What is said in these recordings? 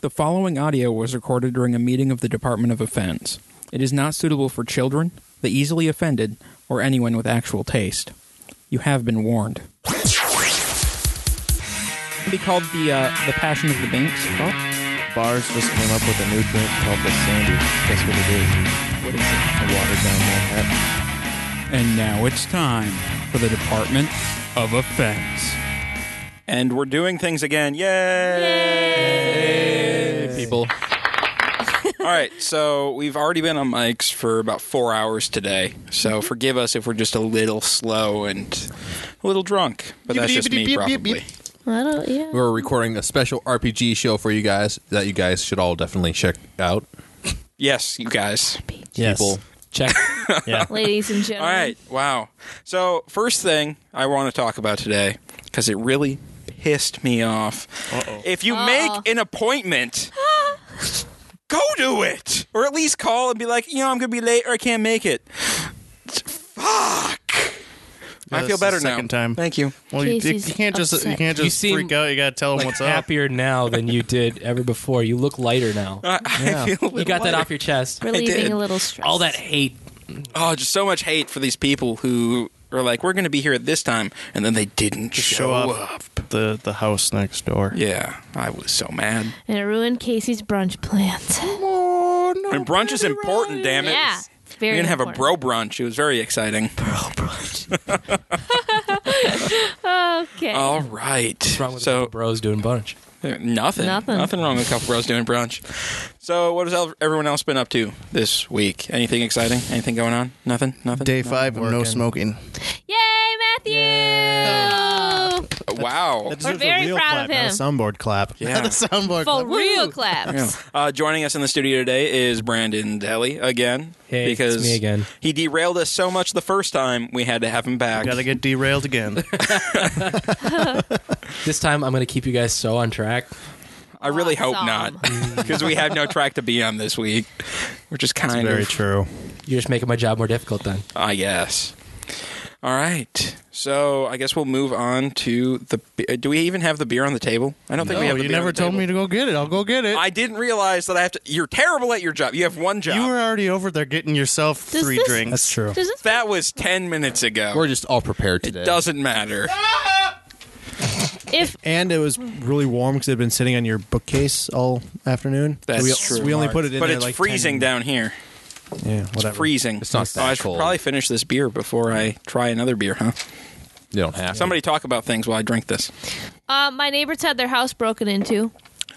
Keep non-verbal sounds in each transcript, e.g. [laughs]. The following audio was recorded during a meeting of the Department of Offense. It is not suitable for children, the easily offended, or anyone with actual taste. You have been warned. Be called the uh, the Passion of the Binks. Bars just came up with a new drink called the Sandy. That's what it is. What is it? A watered down Manhattan. And now it's time for the Department of Offense. And we're doing things again. Yay! People. [laughs] All right, so we've already been on mics for about four hours today, so forgive us if we're just a little slow and a little drunk, but that's just me probably. I don't, yeah. We're recording a special RPG show for you guys that you guys should all definitely check out. Yes, you guys. Yes. People. Check. Yeah. Ladies and All gentlemen. right, wow. So, first thing I want to talk about today, because it really pissed me off. If you make an appointment, [gasps] go do it! Or at least call and be like, you know, I'm going to be late or I can't make it. Fuck! I this feel is the better now. second time. Thank you. Well, you, you Casey's can't just you upset. can't You just seem freak out. You gotta tell him Like what's up. happier now than you did ever before. You look lighter now. [laughs] [laughs] I, I feel a you little got that lighter. off your chest. did. Relieving a little stress. All that hate. Oh, just so much hate for these people who are like, we're going to be here at this time, and then they didn't show, show up. up. The the house next door. Yeah, I was so mad. And it ruined Casey's brunch plans. And brunch is important, damn it. yeah. Very You're gonna have a important. bro brunch. It was very exciting. Okay. [laughs] All right. What's wrong with a couple so uh, bros doing bunch? nothing, Nothing. nothing wrong with a couple bros doing brunch. So what has el- everyone else been up to this week? Anything exciting? Anything going on? Nothing. Nothing. Day five of no smoking. Yay, Matthew! Oh, Wow. We're very proud of him. soundboard clap. yeah. Soundboard. For clap. real claps. Yeah. Uh, joining us in the studio today is Brandon Deli again Hey, it's because me again. he derailed us so much the first time we had to have him back. Gotta get derailed [laughs] again. This time I'm going to keep you guys so on track. I really hope Awesome. not [laughs] because we have no track to be on this week. We're just kind Very of true. You're just making my job more difficult then. I guess. Ah, All right. So I guess we'll move on to the. Be- uh, Do we even have the beer on the table? I don't think we oh, have. The you beer never on the told table. me to go get it. I'll go get it. I didn't realize that I have to. You're terrible at your job. You have one job. you were already over there getting yourself Does three this- drinks. That's true. Does this that was ten minutes ago. We're just all prepared today. it doesn't matter. if And it was really warm because it had been sitting on your bookcase all afternoon. That's we, true. We only put it in But there it's like freezing 10 down here. Yeah, whatever. Freezing. It's not oh, I that should cold. probably finish this beer before I try another beer, huh? You don't have Somebody talk about things while I drink this. uh, my neighbors had their house broken into,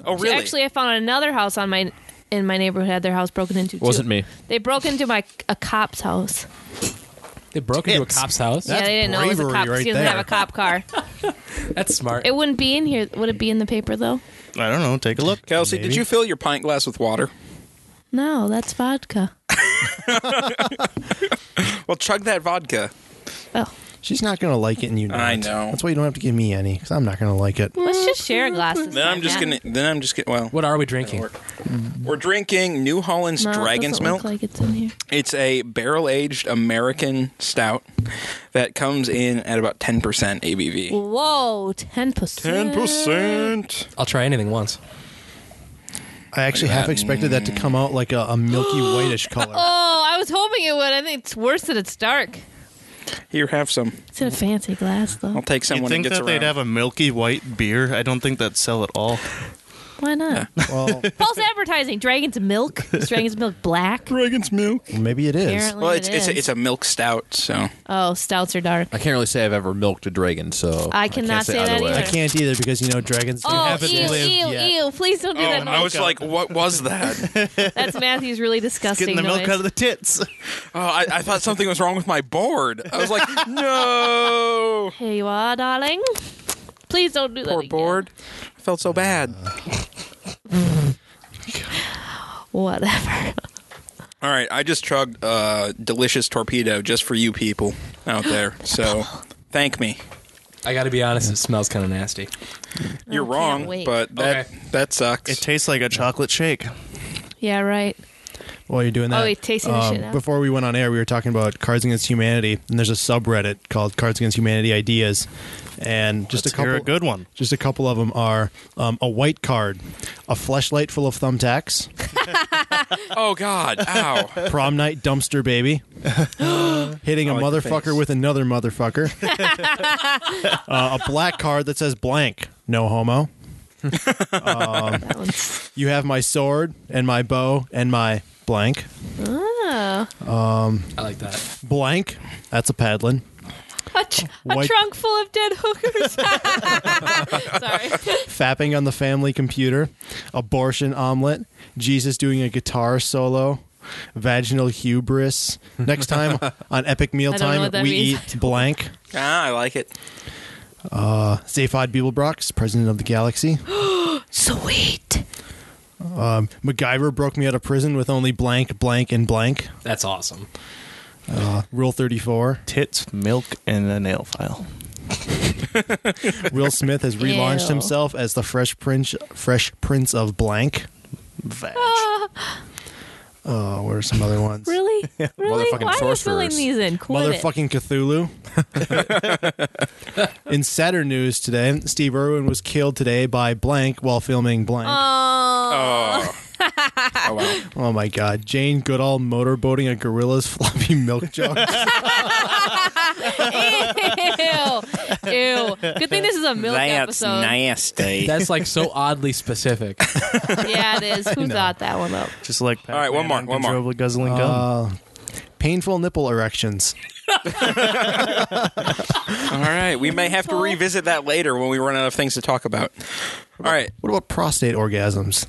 Oh, really? actually, I found another house on my in my neighborhood had their house broken into. too. Wasn't me. They broke into my a cop's house. They broke into a It's- cop's house. yeah, That's they didn't know it was a bravery cop. 'cause right he doesn't have there. a cop car. That's smart. It wouldn't be in here. Would it be in the paper though? I don't know. Take a look. Kelsey, did you fill your pint glass with water? No, that's vodka. Well, chug that vodka. Oh, She's not gonna like it, and you know. I it. know. That's why you don't have to give me any because I'm not gonna like it. let's just share a glass. this Then I'm time, just yeah. gonna. Then I'm just gonna. Well, What are we drinking? We're drinking New Holland's No, it Dragon's doesn't Milk. Look like it's in here. It's a barrel aged American stout that comes in at about 10% ABV. Whoa, ten percent. I'll try anything once. I actually half expected that to come out like a, a milky whitish [laughs] color. Oh, I was hoping it would. I think it's worse that it's dark. Here, have some. It's in a fancy glass though. I'll take some You when it think gets that around. they'd have a milky white beer? I don't think that'd sell at all. Why not? [laughs] well, False advertising. Dragon's milk. Is Dragon's milk black? Dragon's Milk. maybe it is. Apparently Well, it it's it's a, is. it's a milk stout, so Oh, stouts are dark. I can't really say I've ever milked a dragon, so I can't cannot say either that way. I either. can't either because you know dragons do Oh, haven't ew, lived ew, yet. ew. Please don't do Oh, that. I was noise. like, what was that? That's Matthew's really disgusting Getting the milk noise. out of the tits. [laughs] oh, I, I thought something was wrong with my board. I was [laughs] like, no, Here you are, darling. Please don't do that. poor again. board. I felt so bad. Whatever. [laughs] All right, I just chugged a delicious torpedo just for you people out there. [laughs] So thank me. I got to be honest, it smells kind of nasty. You're Oh, can't wrong, wait. but that Okay. that sucks. It tastes like a chocolate shake. Yeah, right. While you're doing that, um, Oh, he's tasting the shit out. Before we went on air, we were talking about Cards Against Humanity, and there's a subreddit called Cards Against Humanity Ideas, and just Let's a couple hear a good one. Just a couple of them are um, a Um, white card. a flashlight full of thumbtacks, Oh God! Ow! prom night [gasps] dumpster baby, hitting a motherfucker with [laughs] another motherfucker, uh, a black card that says blank, no homo. That one. You have my sword and my bow and my blank. Oh. I like that. Blank, that's a paddlin. A, tr- a White- trunk full of dead hookers. [laughs] Sorry. fapping on the family computer, abortion omelet, Jesus doing a guitar solo, vaginal hubris. [laughs] Next time on Epic I don't know Mealtime, what that we means. eat blank. [laughs] ah, I like it. Zaphod Beelbrox, president of [gasps] the galaxy. Sweet. MacGyver broke me out of prison with only blank, blank, and blank. That's [laughs] awesome. Rule 34. Tits, milk, and a nail file. Will Smith has relaunched Ew. himself as the Fresh Prince, Fresh Prince of Blank. Vag. Ah. Oh, what are some other ones? Really? Really? Motherfucking Why are you filling sorcerers. these in? Quit it. Motherfucking Cthulhu. In Saturn news today, Steve Irwin was killed today by blank while filming blank. Oh. [laughs] Oh. oh wow. oh my god. Jane Goodall motorboating a gorilla's [laughs] floppy milk [laughs] jug. [laughs] Ew. Ew. Good thing this is a milk episode. [laughs] nasty. That's like so oddly specific. [laughs] Yeah, it is. Who thought that one up? Just like All right, one more, one more. guzzling gum. Painful nipple erections. All right, we may have to revisit that later when we run out of things to talk about. All right. What about prostate orgasms?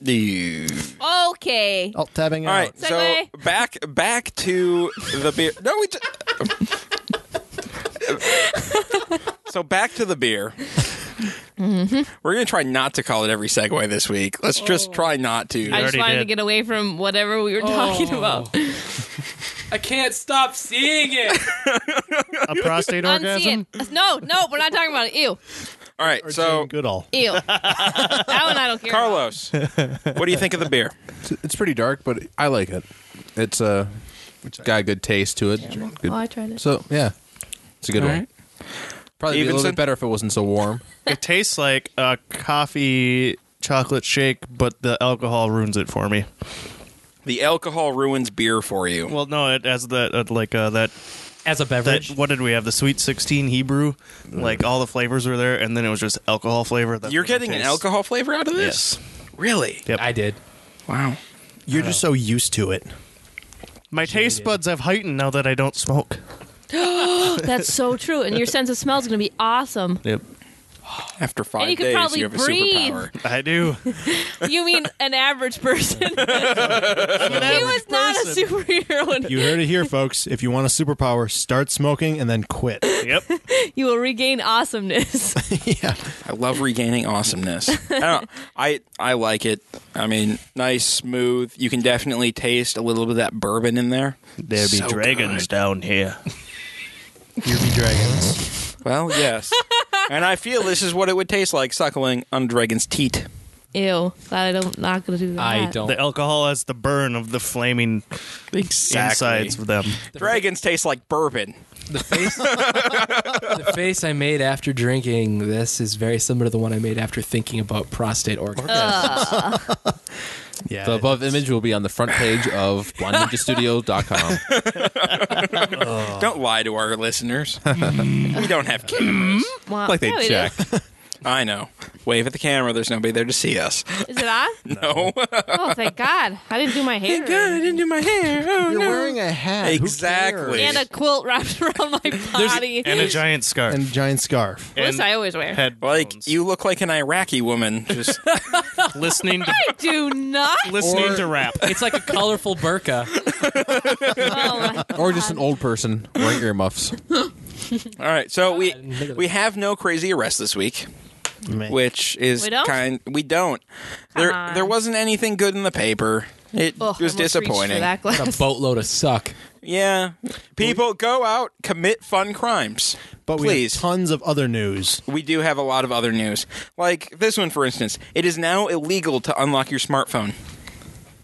Okay. Alt tabbing All out. right. So Segue. back back to the beer. No, we. [laughs] T- so back to the beer. Mm-hmm. We're gonna try not to call it every segue this week. Let's Oh. just try not to. I just already wanted to did. get away from whatever we were talking about. I can't stop seeing it. A [laughs] prostate orgasm? Unsee it. No, no, we're not talking about it. Ew. All right. [laughs] Or so Jane Goodall. [laughs] Ew. that one I don't care. about. Carlos, what do you think of the beer? It's pretty dark, but I like it. It's uh, it's got a good taste to it. Good- Oh, I tried it. So yeah, it's a good All one. right. Probably be a little Evenson? bit better if it wasn't so warm. It tastes like a coffee chocolate shake, but the alcohol ruins it for me. The alcohol ruins beer for you. Well, no, it has that uh, like uh, that As a that beverage, what did we have? The sweet sixteen Hebrew, like all the flavors were there, and then it was just alcohol flavor. That's You're what it getting an tastes. alcohol flavor out of this? Yes, Really? Yep. I did. Wow. You're just so used to it. my taste buds have heightened now that I don't smoke. That's so true. And your sense of smell is going to be awesome. Yep, After five you could days, probably you have a breathe. superpower. I do. [laughs] You mean an average person? he was not a person. superhero. You heard it here, folks. If you want a superpower, start smoking and then quit. yep, You will regain awesomeness. [laughs] yeah. I love regaining awesomeness. I, don't know. I I like it. I mean, nice, smooth. You can definitely taste a little bit of that bourbon in there. there be So dragons down here. Well, [laughs] yes. and I feel this is what it would taste like suckling on a dragon's teat. Ew. Glad I don't not going to do that. I don't. The alcohol has the burn of the flaming insides of them. Dragons taste like bourbon. The face, the face I made after drinking this is very similar to the one I made after thinking about prostate orgasm. Yeah. The above image will be on the front page of blindninjastudio.com. Don't lie to our listeners. we don't have cameras. Wow. like they Yeah, we do. check. I know. Wave at the camera. There's nobody there to see us. Is it on? No. Oh, thank God. I didn't do my hair. didn't do my hair. Oh, You're wearing a hat. Who Exactly. cares? And a quilt wrapped [laughs] around my body. [laughs] and a giant scarf. and giant scarf. This I always wear. head Like you look like an Iraqi woman. [laughs] Just [laughs] listening to I do not. listening to rap. It's like a colorful [laughs] burqa. Oh, my- or just an old person wearing earmuffs. all right. So we God. we have no crazy arrests this week, Meh. which is We don't? kind. We don't. there on. there wasn't anything good in the paper. It Ugh, I was almost reached for disappointing. that A glass. boatload of suck. Yeah, people go out commit fun crimes. But we please, have tons of other news. we do have a lot of other news. Like this one, for instance. It is now illegal to unlock your smartphone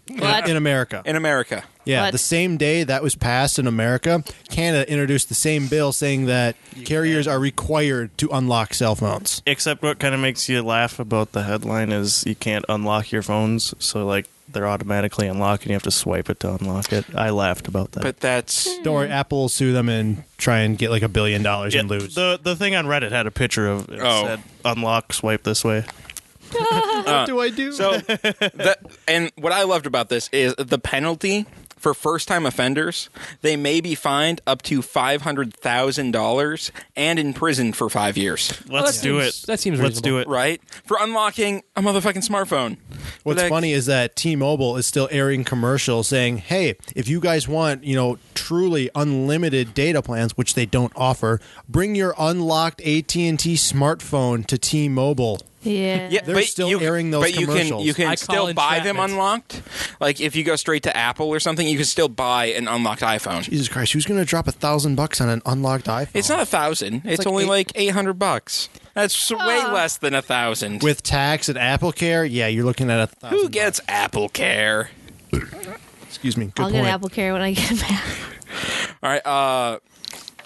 What? in America. in America. Yeah, But- the same day that was passed in America, Canada introduced the same bill saying that carriers are required to unlock cell phones. [laughs] Except what kind of makes you laugh about the headline is you can't unlock your phones, so like they're automatically unlocked and you have to swipe it to unlock it. I laughed about that. But that's Don't worry, Apple will sue them and try and get like a billion dollars and lose. The the thing on Reddit had a picture of it Oh. said unlock swipe this way. Uh, what do I [laughs] do? so. that, and what I loved about this is the penalty for first-time offenders. They may be fined up to five hundred thousand dollars and imprisoned for five years. Let's that do seems- it. that seems Let's do reasonable. it. Right for unlocking a motherfucking smartphone. What's Like- funny is that T-Mobile is still airing commercials saying, "Hey, if you guys want, you know, truly unlimited data plans, which they don't offer, bring your unlocked AT&T smartphone to T-Mobile." Yeah. Yeah, They're but still you, airing those but you can commercials. you can I call still buy them entrapment. unlocked. Like if you go straight to Apple or something, you can still buy an unlocked iPhone. Jesus Christ, who's going to drop a thousand bucks on an unlocked iPhone? It's not a thousand. It's, like only eight- like eight hundred bucks. That's way less than a thousand. with tax and Apple Care. Yeah, you're looking at a thousand. who gets Apple Care? Excuse me. Good I'll point. get Apple Care when I get [laughs] back. All right. Uh,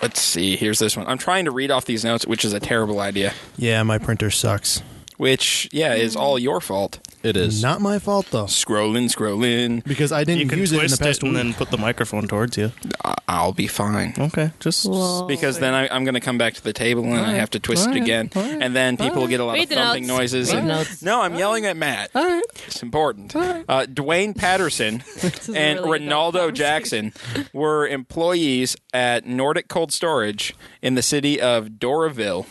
let's see. Here's this one. I'm trying to read off these notes, which is a terrible idea. Yeah, my printer sucks. Which yeah is all your fault. It is. Not my fault though, Scrolling, scrolling. because I You didn't can use it in the twist it, past and week. then put the microphone towards you. I- I'll be fine. Okay, just Whoa. Because then I, I'm going to come back to the table and I have to twist it again, and then people will get a lot Read of the thumping notes. noises. Read and- the notes. No, I'm yelling at Matt. It's important. Uh, Dwayne Patterson is a and really adult Ronaldo Jackson were employees at Nordic Cold Storage in the city of Doraville,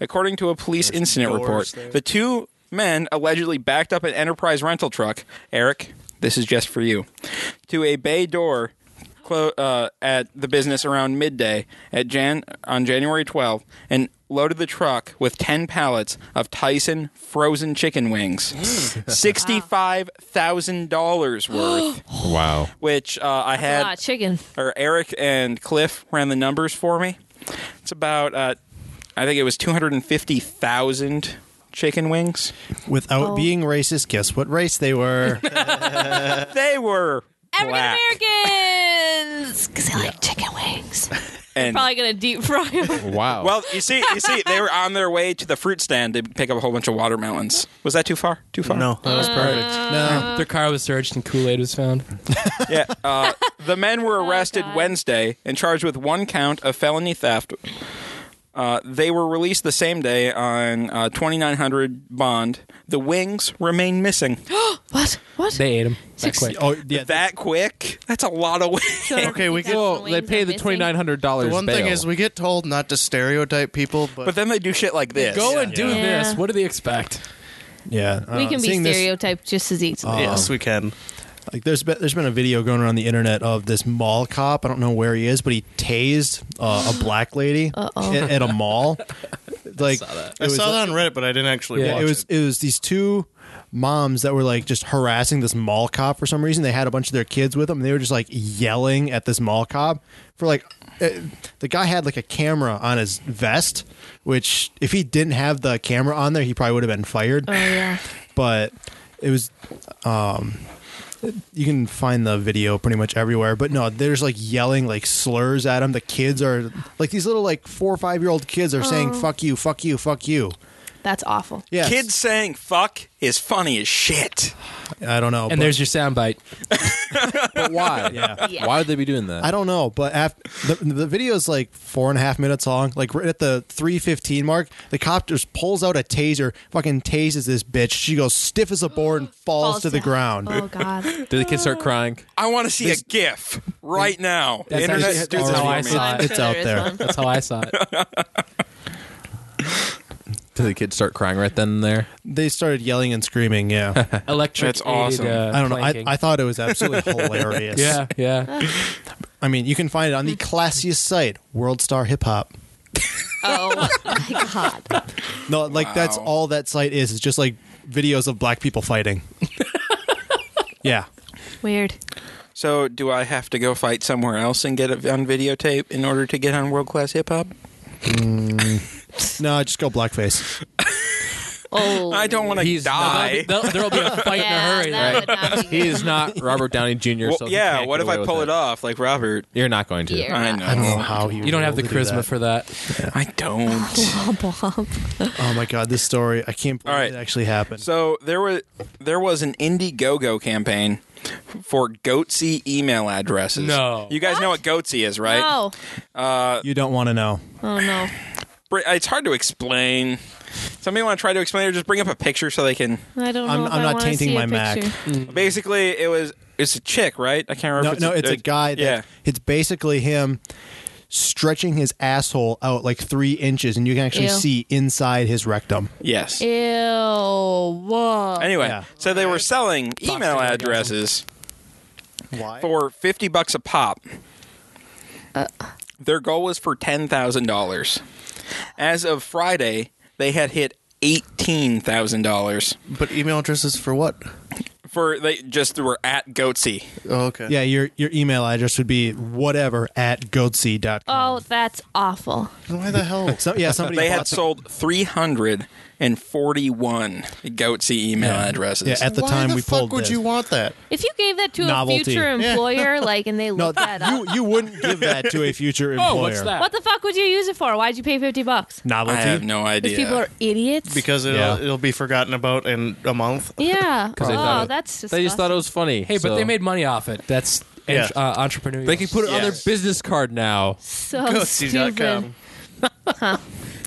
according to a police incident report. The two men allegedly backed up an Enterprise rental truck. Eric, this is just for you. To a bay door clo- uh, at the business around midday at Jan on January 12th and loaded the truck with 10 pallets of Tyson frozen chicken wings. Mm. $65,000 [gasps] worth, Wow. which uh, I Ah, had chicken. or Eric and Cliff ran the numbers for me. It's about uh, I think it was 250,000 chicken wings. Without Oh. being racist, guess what race [laughs] they were? They were African black Americans, because they like chicken wings. and Probably gonna deep fry them. Wow. well, you see, you see, they were on their way to the fruit stand to pick up a whole bunch of watermelons. Was that too far? Too far? No, that was perfect. no, Uh, Their car was searched and Kool Aid was found. Yeah. Uh, the men were arrested Oh, God. Wednesday and charged with one count of felony theft. Uh, they were released the same day on uh, 2900 bond. The wings remain missing. What? What? They ate them. Six- quick. oh yeah, that quick? That's a lot of wings. Okay, we get- Well, they pay the twenty nine hundred dollars. The one thing is, we get told not to stereotype people, [laughs] but, But then they do shit like this. Go and do Yeah. this. What do they expect? yeah. We I don't can know. be Seeing this- Oh. stereotyped just as easily. Ah, yes, we can. Like there's been, there's been a video going around the internet of this mall cop. I don't know where he is, but he tased uh, a black lady Uh-oh. at, at a mall. Like it [laughs] I was saw that on like- Reddit, but I didn't actually Yeah, watch it was it. it was these two moms that were like just harassing this mall cop for some reason. They had a bunch of their kids with them. And they were just like yelling at this mall cop for like uh, the guy had like a camera on his vest, which if he didn't have the camera on there, he probably would have been fired. Oh yeah. But it was um you can find the video pretty much everywhere, but no, there's like yelling like slurs at him. The kids are like these little like four or five year old kids are saying Oh. "fuck you, fuck you, fuck you." That's awful. Yeah, Kids saying fuck is funny as shit. I don't know. And but- there's your soundbite. but why? [laughs] Yeah. Why would they be doing that? I don't know, but after the, the video is like four and a half minutes long. Like right at the three fifteen mark, the cop just pulls out a taser, fucking tases this bitch. She goes stiff as a board and falls, Falls to the down. ground. Oh god. Do the kids Oh. start crying? I want to see a GIF right now. That's Internet actually- do that's this how for I me. saw it. It's out is there. one. That's how I [laughs] saw it. Do the kids start crying right then and there? They started yelling and screaming. Yeah, Electric. That's awesome. Uh, I don't know. I, planking. I thought it [laughs] was absolutely hilarious. yeah, [laughs] yeah. I mean, you can find it on the Mm. classiest site, World Star Hip Hop. [laughs] Oh my god. No, like that's Wow. all that site is. It's just like videos of black [laughs] people fighting. yeah. Weird. So, do I have to go fight somewhere else and get it on videotape in order to get on world class hip hop? No, just go blackface. Oh, I don't want to He's die. not- There'll, there'll be a fight yeah, in a hurry. that would not be He is not Robert Downey Jr. Well, so he yeah, can't what get if away I with pull it. it off like Robert? You're not going to. You're I not- know. I don't know Oh, how you. You don't have the would do charisma that. for that. I don't. Oh my god, this story! I can't believe All right. it actually happened. So there was there was an Indiegogo campaign for Goatsy email addresses. No. you guys know what Goatsy is, right? No. you don't want to know. Oh no. Br- It's hard to explain. Somebody want to try to explain, or just bring up a picture so they can. I don't know. I'm- if I'm I not wanna tainting see a my Mac. picture. Basically, it was it's a chick, right? I can't remember. No, if no, it's a guy. That, yeah. it's basically him stretching his asshole out like three inches, and you can actually Ew. see inside his rectum. Yes. Ew. Whoa. Anyway, Yeah. so they were selling email orgasm. addresses Why? for fifty bucks a pop. Their goal was for ten thousand dollars. As of Friday, they had hit eighteen thousand dollars. But email addresses for what? for they just were at Goatsy. Oh, okay. Yeah, your your email address would be whatever at goatsy.com. Oh, that's awful. Why the hell? So, yeah, somebody They bought had some- sold 341 Goatsy email addresses. Yeah, at the Why time the we fuck pulled would this. you want that? If you gave that to Novelty. a future employer, like, and they no, looked that up, you you wouldn't give that to a future employer. [laughs] Oh, what's that? what the fuck would you use it for? Why'd you pay fifty bucks? I Novelty. have no These idea. people are idiots. Because it'll Yeah. it'll be forgotten about in a month. [laughs] yeah. they oh, thought it- that's They just thought it was funny. Hey, but so- they made money off it. That's Yeah. uh, entrepreneurial. They can put it on their business card now. [laughs] so stupid.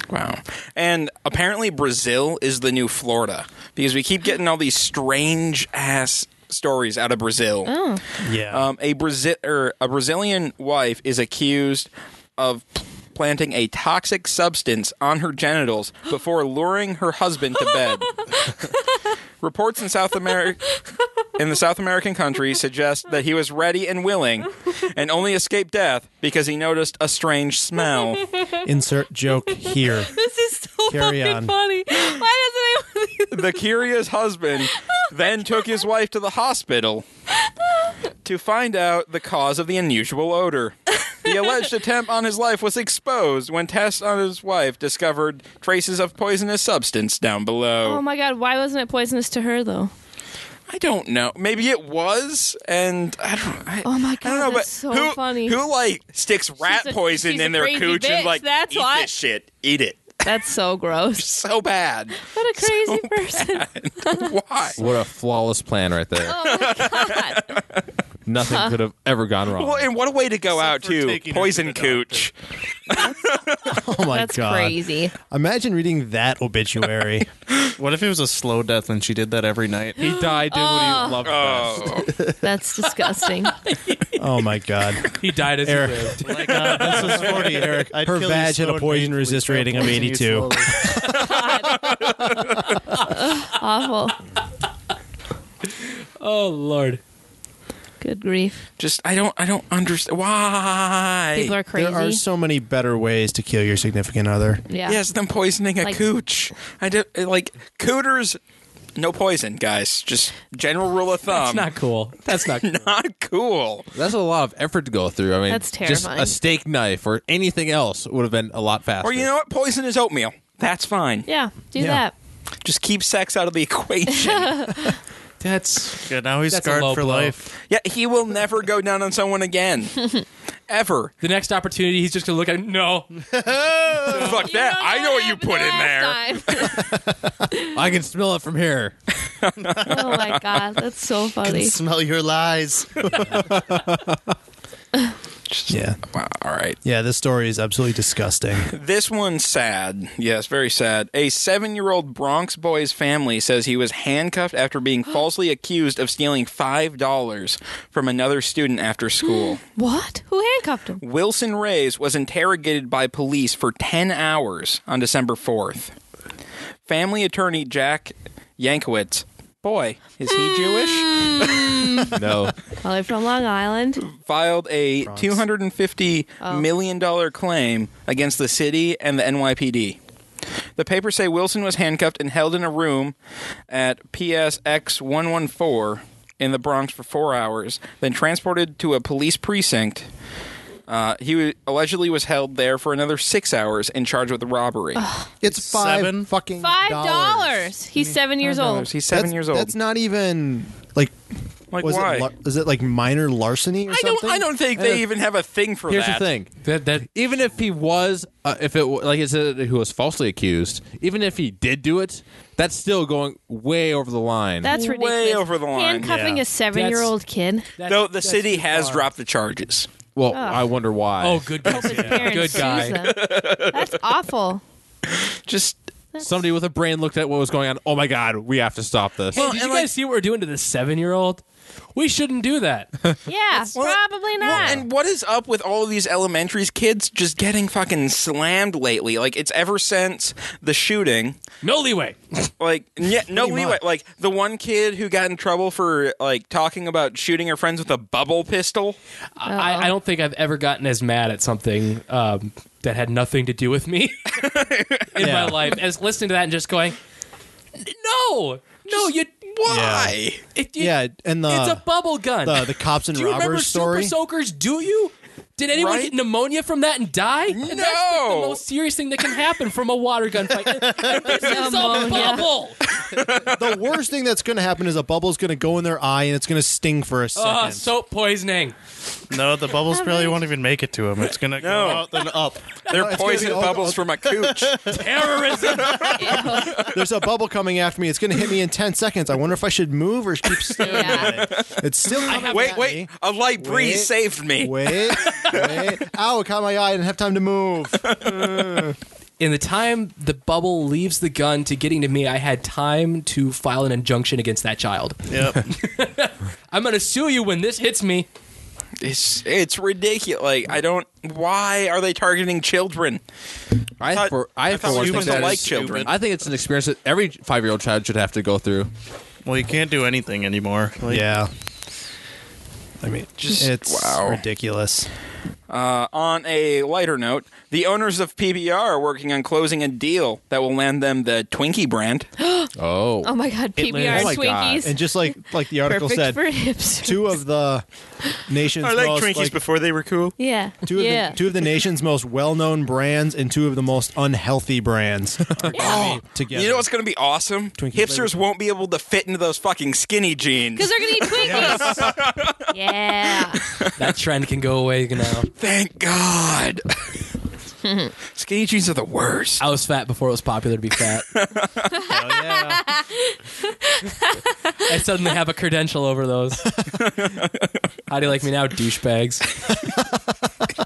wow. And apparently, Brazil is the new Florida because we keep getting all these strange ass stories out of Brazil. Yeah. Um, a Brazil er, a Brazilian wife is accused of p- planting a toxic substance on her genitals before luring her husband to bed. Reports in South America in the South American country suggest that he was ready and willing and only escaped death because he noticed a strange smell. Insert [laughs] joke here. [laughs] This is so Carry fucking on. funny. Why doesn't [laughs] anyone? the curious husband then took his wife to the hospital to find out the cause of the unusual odor. The alleged attempt on his life was exposed when tests on his wife discovered traces of poisonous substance down below. Oh my god! Why wasn't it poisonous to her though? I don't know. Maybe it was, and I don't. I, Oh my I don't God, know, that's but so who, [laughs] funny. who like sticks rat a- poison she's in a their crazy cooch and bitch, like that's eat why." this shit, eat it. That's so gross. So [laughs] bad. What a crazy person. [laughs] Why? What a flawless plan right there. Oh my god. Nothing could have ever gone wrong. Well, and what a way to go out for too. taking her to Poison the doctor. cooch. Oh my That's god. crazy. Imagine reading that [laughs] obituary. What if it was a slow death and she did that every night? [laughs] he died doing what he loved best. Oh. That's disgusting. oh my god. uh, he died as Eric. he lived. like, uh, this is 40, Eric. I'd Her kill you vag slow had a and poison painfully, resist so I'll rating of poison you 82. slowly. [laughs] Awful. Oh lord. Good grief. Just I don't I don't understand why. People are There are crazy. so many better ways to kill your significant other. yeah. Yes, them poisoning a Like- cooch. I do like cooters. No poison, guys. Just general rule of That's thumb. not cool. That's [laughs] not cool. not cool. That's a lot of effort to go through. I mean, That's just terrifying. a steak knife or anything else would have been a lot faster. Or you know what? Poison is oatmeal. That's fine. Yeah. Do Yeah. that. Just keep sex out of the [laughs] equation. [laughs] That's Yeah, now he's That's a scarred low for blow. life. yeah, he will never go down on someone [laughs] again. Ever. the next opportunity. He's just gonna look at him. No, Fuck that. I know what you put in there. there. I can smell it from here. [laughs] oh my god, that's so funny. Smell your [laughs] lies. Yeah. Wow, all right. Yeah, this story is absolutely disgusting. This one's sad. Yes, very sad. A seven year old Bronx boy's family says he was handcuffed after being falsely accused of stealing $5 from another student after school. What? Who handcuffed him? Wilson Reyes was interrogated by police for 10 hours on December 4th. Family attorney Jack Yankowitz. Boy, is he Jewish? No. Probably from Long Island. Filed a two hundred and fifty Oh. million dollar claim against the city and the NYPD. The papers say Wilson was handcuffed and held in a room at PSX 114 in the Bronx for four hours, then transported to a police precinct Uh, he wa- allegedly was held there for another six hours and charged with robbery. It's five Seven? fucking Five dollars. He's seven years old. He's seven That's- years old. That's not even like. like was why? It, lar- is it like minor larceny or I something? don't. I don't think they even have a thing for Here's that. the thing. That that Even if he was, uh, if it w- like it said, who was falsely accused. Even if he did do it, that's still going way over the line. That's Way ridiculous. over the line. Handcuffing Yeah. a seven-year-old kid. Though the city has dropped the charges. well, I wonder why. Oh, good guy. His parents Good sues guy. them. That's awful. Just Somebody with a brain looked at what was going on. Oh my God, we have to stop this. Hey, did you guys see what we're doing to the seven-year-old? We shouldn't do that. Yeah, probably Well, not. and what is up with all of these elementaries kids just getting fucking slammed lately? Like it's ever since the shooting. No leeway. Like [laughs] yeah, no leeway. Like the one kid who got in trouble for like talking about shooting her friends with a bubble pistol. I, I don't think I've ever gotten as mad at something um, that had nothing to do with me [laughs] in my life as listening to that and just going, no, no, you. Why? [laughs] It, you- Yeah, and the it's a bubble gun. Uh, the, the cops [laughs] and do you remember robbers story. Super Soakers? Do you? Did anyone Right? get pneumonia from that and die? And that's like the No. most serious thing that can happen from a water gun [laughs] fight. this is a Pneumonia. bubble. the worst thing that's going to happen is a bubble's going to go in their eye and it's going to sting for a second. Uh, soap poisoning. No, the bubbles barely won't even make it to him. It's No. gonna go out then [laughs] up. They're it's gonna poison be all- bubbles from a [laughs] cooch. Terrorism. There's a bubble coming after me. It's going to hit me in 10 seconds. I wonder if I should move or keep staring Yeah. at it. It's still coming wait, at wait. me. A light breeze Wait. saved me. Wait, wait. Ow, it caught my eye. I didn't have time to move. in the time the bubble leaves the gun to getting to me, I had time to file an injunction against that child. Yep. I'm gonna sue you when this hits me. It's it's ridiculous. Like I don't. Why are they targeting children? I, thought- for, I, I for thought one humans think that don't like is- children. I think it's an experience that every five-year-old child should have to go through. well, you can't do anything anymore. Like, Yeah. I mean, Just- it's wow. ridiculous. On a lighter note, the owners of PBR are working on closing a deal that will land them the Twinkie [gasps] brand. Oh, [laughs] oh my god, PBR lives- Oh my God. Twinkies. And just like like the article Perfect said, for [laughs] hipsters. two [laughs] of the nation's I like most Twinkies like, before they were cool. yeah. two of yeah. the two of the nation's most well-known brands and two of the most unhealthy brands [laughs] are Yeah. gonna be together. You know what's going to be awesome? Hipsters won't be able to fit into those fucking skinny jeans. Because they're gonna eat Twinkies. [laughs] yeah. That trend can go away now. Thank [laughs] God. [laughs] skinny jeans are the worst. I was fat before it was popular to be fat. Oh, I suddenly have a credential over [laughs] those. How do you like me now, douchebags?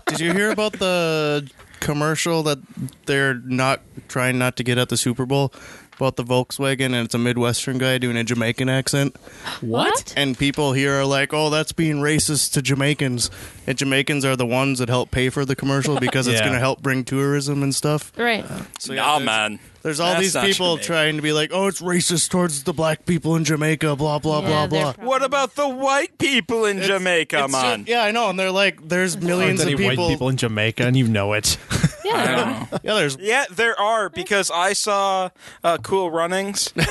Did you hear about the commercial that they're not trying not to get at the Super Bowl about the Volkswagen and it's a Midwestern guy doing a Jamaican accent? What? And people here are like, "Oh, that's being racist to Jamaicans." And Jamaicans are the ones that help pay for the commercial because it's Yeah. going to help bring tourism and stuff. Right. So, yeah, Nah, there's- man. There's all That's these not people Jamaican. trying to be like, "Oh, it's racist towards the black people in Jamaica." Blah blah Yeah, blah they're blah. probably- What about the white people in Jamaica, It's just- man? yeah, I know, and they're like, "There's millions of Any white people. people in Jamaica, and you know it. I Yeah. Oh, don't know. [laughs] Yeah, there's Yeah, there are because I saw uh, Cool [laughs] Runnings and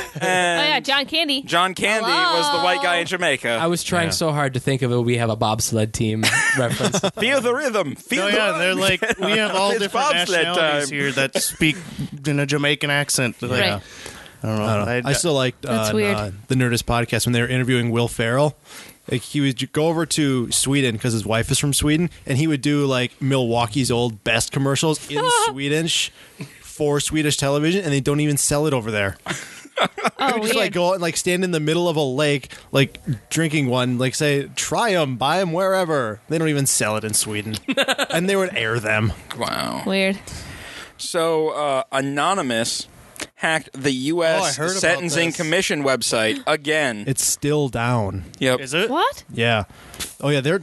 Oh yeah, John Candy. John Candy was the white guy in Jamaica. I was trying so hard to think of it. We have a bobsled team [laughs] reference. Feel the rhythm. Feel Oh the yeah, rhythm. they're like we [laughs] have all It's different bobsled nationalities time. here that speak in a Jamaican accent. Like, Right. I don't know. I, don't know. I still liked uh, That's on, weird. uh, the Nerdist podcast when they were interviewing Will Ferrell. Like he would ju- go over to Sweden because his wife is from Sweden, and he would do like Milwaukee's old best [laughs] commercials in Swedish for Swedish television, and they don't even sell it over there. Oh, Just like weird. go out and like stand in the middle of a lake, like drinking one, like say try them, buy them wherever. They don't even sell it in [laughs] Sweden, and they would air them. wow. Weird. So, uh, Anonymous hacked the Oh, I U.S. heard about Sentencing this. Commission [gasps] website again. It's still down. yep. is it What? Yeah. Oh yeah, they're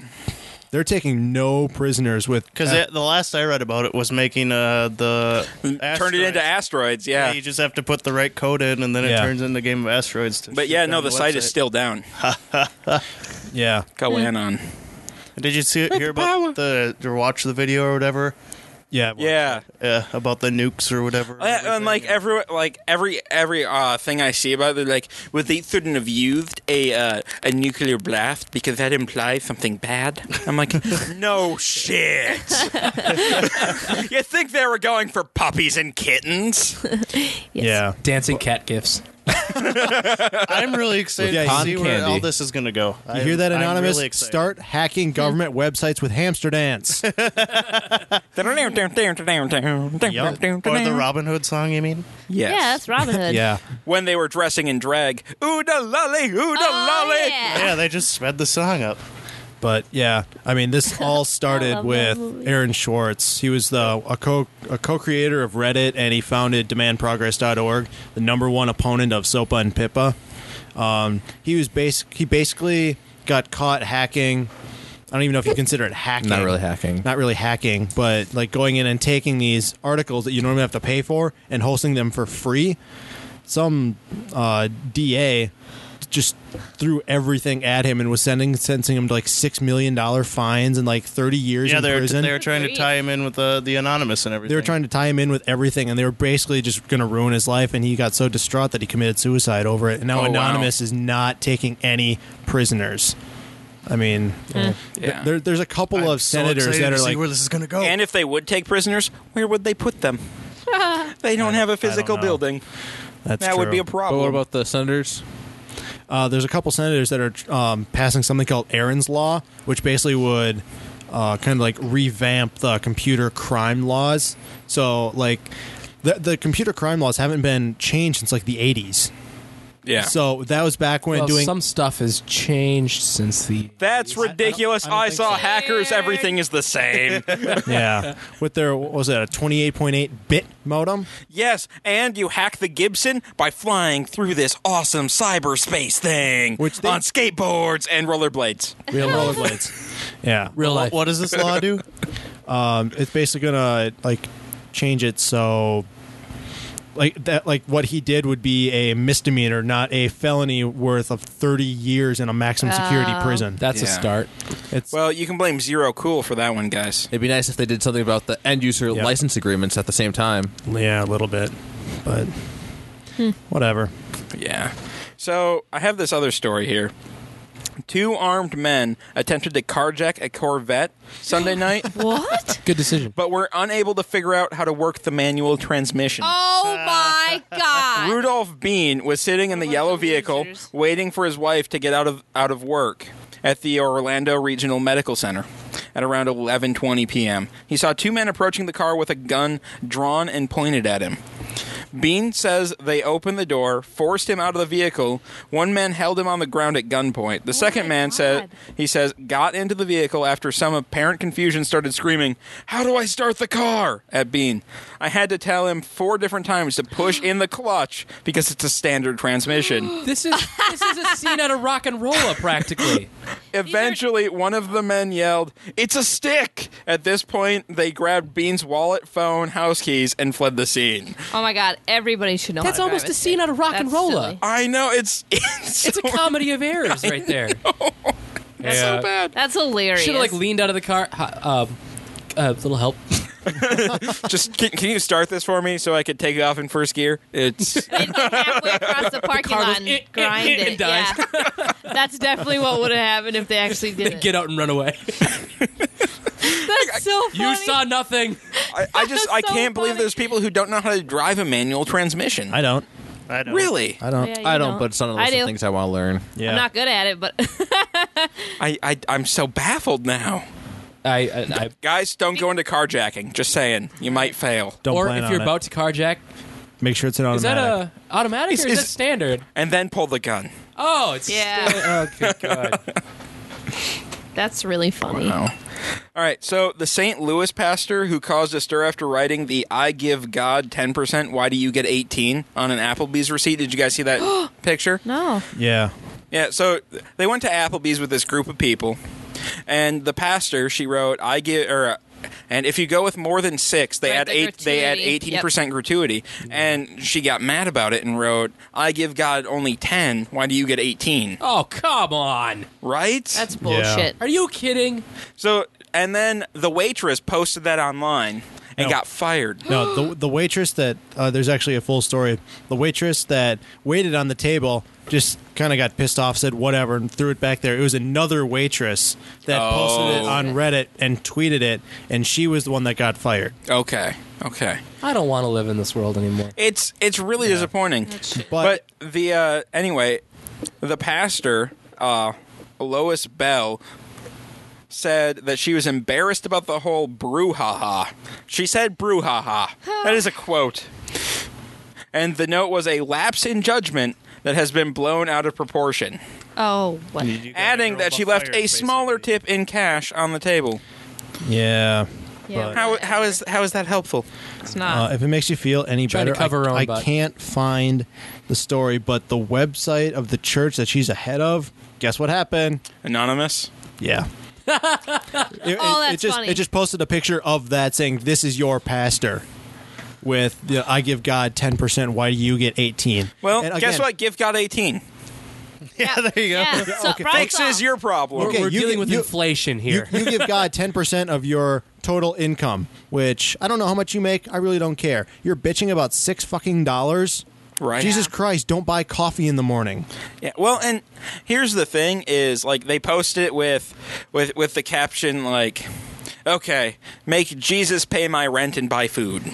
they're taking no prisoners with because the last I read about it was making uh, the Turned it into asteroids. asteroids, Yeah, yeah. you just have to put the right code in, and then it Yeah. turns into Game of Asteroids. To but shoot yeah, down no, the, site is website. still down. yeah. Go in on. Did you see hear about the or watch the video or whatever? Yeah. well, Yeah. Yeah, about the nukes or whatever. Uh, and like every like every every uh, thing I see about it, like well, they shouldn't have used a uh, a nuclear blast because that implies something bad. I'm like, no shit. [laughs] you think they were going for puppies and kittens? Yes. Yeah. Dancing cat gifts. I'm really excited Yeah, to con see where candy. all this is going to go. You hear that, I'm anonymous? really excited. Start [laughs] hacking government websites with hamster dance. or Or the the Robin Hood song, you mean? Yes. Yeah, that's Robin Hood. yeah. When they were dressing in drag, ooda lolly, ooda Oh, lolly. yeah. Yeah, they just sped the song up. But yeah, I [laughs] mean, this all I started love that with movie. Aaron Schwartz. He was the a co a co-creator of Reddit, and he founded DemandProgress.org, the number one opponent of SOPA and PIPA. Um, he was basic. He basically got caught hacking. I don't even know if you consider it hacking. Not really hacking. Not really hacking, but like going in and taking these articles that you normally have to pay for and hosting them for free. Some uh, DA just threw everything at him and was sending sentencing him to like six million dollar fines and like thirty years Yeah, in they're prison. they're trying to Great. tie him in with the the anonymous and everything. They were trying to tie him in with everything, and they were basically just going to ruin his life. And he got so distraught that he committed suicide over it. And now Oh, wow. Anonymous is not taking any prisoners. I mean, Yeah. there, there's a couple Hmm. I'm of so senators excited that to are see like, where this is going to go. Oh. And if they would take prisoners, where would they put them? they don't have a physical know. building. That's that would true. be a But problem. what about the senators? Uh, there's a couple senators that are um, passing something called Aaron's Law, which basically would uh, kind of like revamp the computer crime laws. So, like, the, the computer crime laws haven't been changed since like the 80s. yeah. So that was back when Well, doing some stuff has changed since the. That's ridiculous. I, saw hackers. Everything is the [laughs] same. [laughs] yeah with their what was it a 28.8 bit modem? yes, and you hack the Gibson by flying through this awesome cyberspace thing Which they- on skateboards and rollerblades. Real rollerblades. yeah, Real life. what does this law [laughs] do? Um, it's basically gonna like change it so like that like what he did would be a misdemeanor not a felony worth of 30 years in a maximum security prison That's Yeah. a start. it's Well, you can blame Zero Cool for that one, guys. It'd be nice if they did something about the end user Yeah. license agreements at the same time. yeah a little bit but whatever Yeah. So I have this other story here. Two armed men attempted to carjack a Corvette Sunday [laughs] night, What? [laughs] Good decision. but were unable to figure out how to work the manual transmission. Oh my god. Rudolph Bean was sitting in the Bunch yellow of vehicle losers. waiting for his wife to get out of out of work at the Orlando Regional Medical Center at around 11:20 p.m. He saw two men approaching the car with a gun drawn and pointed at him. Bean says they opened the door, forced him out of the vehicle. One man held him on the ground at gunpoint. The second Oh my man said God. he says got into the vehicle after some apparent confusion started screaming, "How do I start the car?" at Bean. I had to tell him four different times to push in the clutch because it's a standard [gasps] transmission. This is this is a scene out of rock and roll uh, practically. Eventually, one of the men yelled, "It's a stick!" At this point, they grabbed Bean's wallet, phone, house keys, and fled the scene. Oh my god. Everybody should know. That's how to almost drive a scene out of rock and That's roller. silly. I know it's [laughs] it's, [laughs] It's a comedy of errors right [laughs] there. That's so bad. That's hilarious. Should have like leaned out of the car. Hi- Um, uh, little help. [laughs] just can, can you start this for me so I could take it off in first gear? [laughs] It's and get halfway across the parking car lot goes, and "Eh, eh, grind eh," it. and dies. Yeah. [laughs] That's definitely what would have happened if they actually did it. Get out and run [laughs] away. That's so funny. You saw nothing. I, I just I So can't believe funny. there's people who don't know how to drive a manual transmission. i don't I don't. really? i don't Oh, Yeah, you I don't, but it's not I one do. of things I want to learn. yeah I'm not good at it, but [laughs] I, I I'm so baffled now. I, I, Guys, don't go into carjacking. Just saying, you might fail. don't or plan if on you're it. about to carjack, make sure it's an is that automatic a automatic or is, Is- that standard? And then pull the gun. Oh, it's Yeah. Oh, good God. that's really funny. All right, so the St. Louis pastor who caused a stir after writing the I give God 10%, why do you get 18 on an Applebee's receipt? Did you guys see that [gasps] picture? No. yeah Yeah, so they went to Applebee's with this group of people, and the pastor she wrote, "I give or." uh, And if you go with more than six, they Right, add the eight. They add gratuity. eighteen percent gratuity, and she got mad about it and wrote, "I give God only ten. Why do you get 18? oh, come on. Right? That's bullshit. Are you kidding? so. And then the waitress posted that online, and No. got fired. No, [gasps] the the waitress that uh, there's actually a full story. The waitress that waited on the table just kind of got pissed off, said whatever, and threw it back there. It was another waitress that posted it Oh. on Reddit and tweeted it, and she was the one that got fired. Okay, okay. I don't want to live in this world anymore. It's it's really disappointing. But- But, the uh, anyway, the pastor uh, Lois Bell said that she was embarrassed about the whole brouhaha. She said brouhaha. that is a quote. And the note was a lapse in judgment that has been blown out of proportion. Oh, what? Adding that she left a smaller tip in cash on the table. Yeah. Yeah, How, how is how is that helpful? it's not. Uh, [laughs] if it makes you feel any Trying to better, cover her own I, I butt. can't find the story, but the website of the church that she's ahead of. Guess what happened? Anonymous. Yeah. [laughs] it, it- Oh, it that's just funny. it just posted a picture of that saying, "This is your pastor." With the, I give God ten percent. Why do you get eighteen? Well, And guess again, what? Give God eighteen. yeah, there you go. Yeah, so, problem Fix solved. is your problem. We're, Okay, we're you- dealing with you- inflation You, here. you [laughs] give God ten percent of your total income, which I don't know how much you make. I really don't care. You're bitching about six fucking dollars. Right. Jesus Yeah. Christ! Don't buy coffee in the morning. Yeah. Well, and here's the thing: is like they posted it with, with with the caption like, "Okay, make Jesus pay my rent and buy food."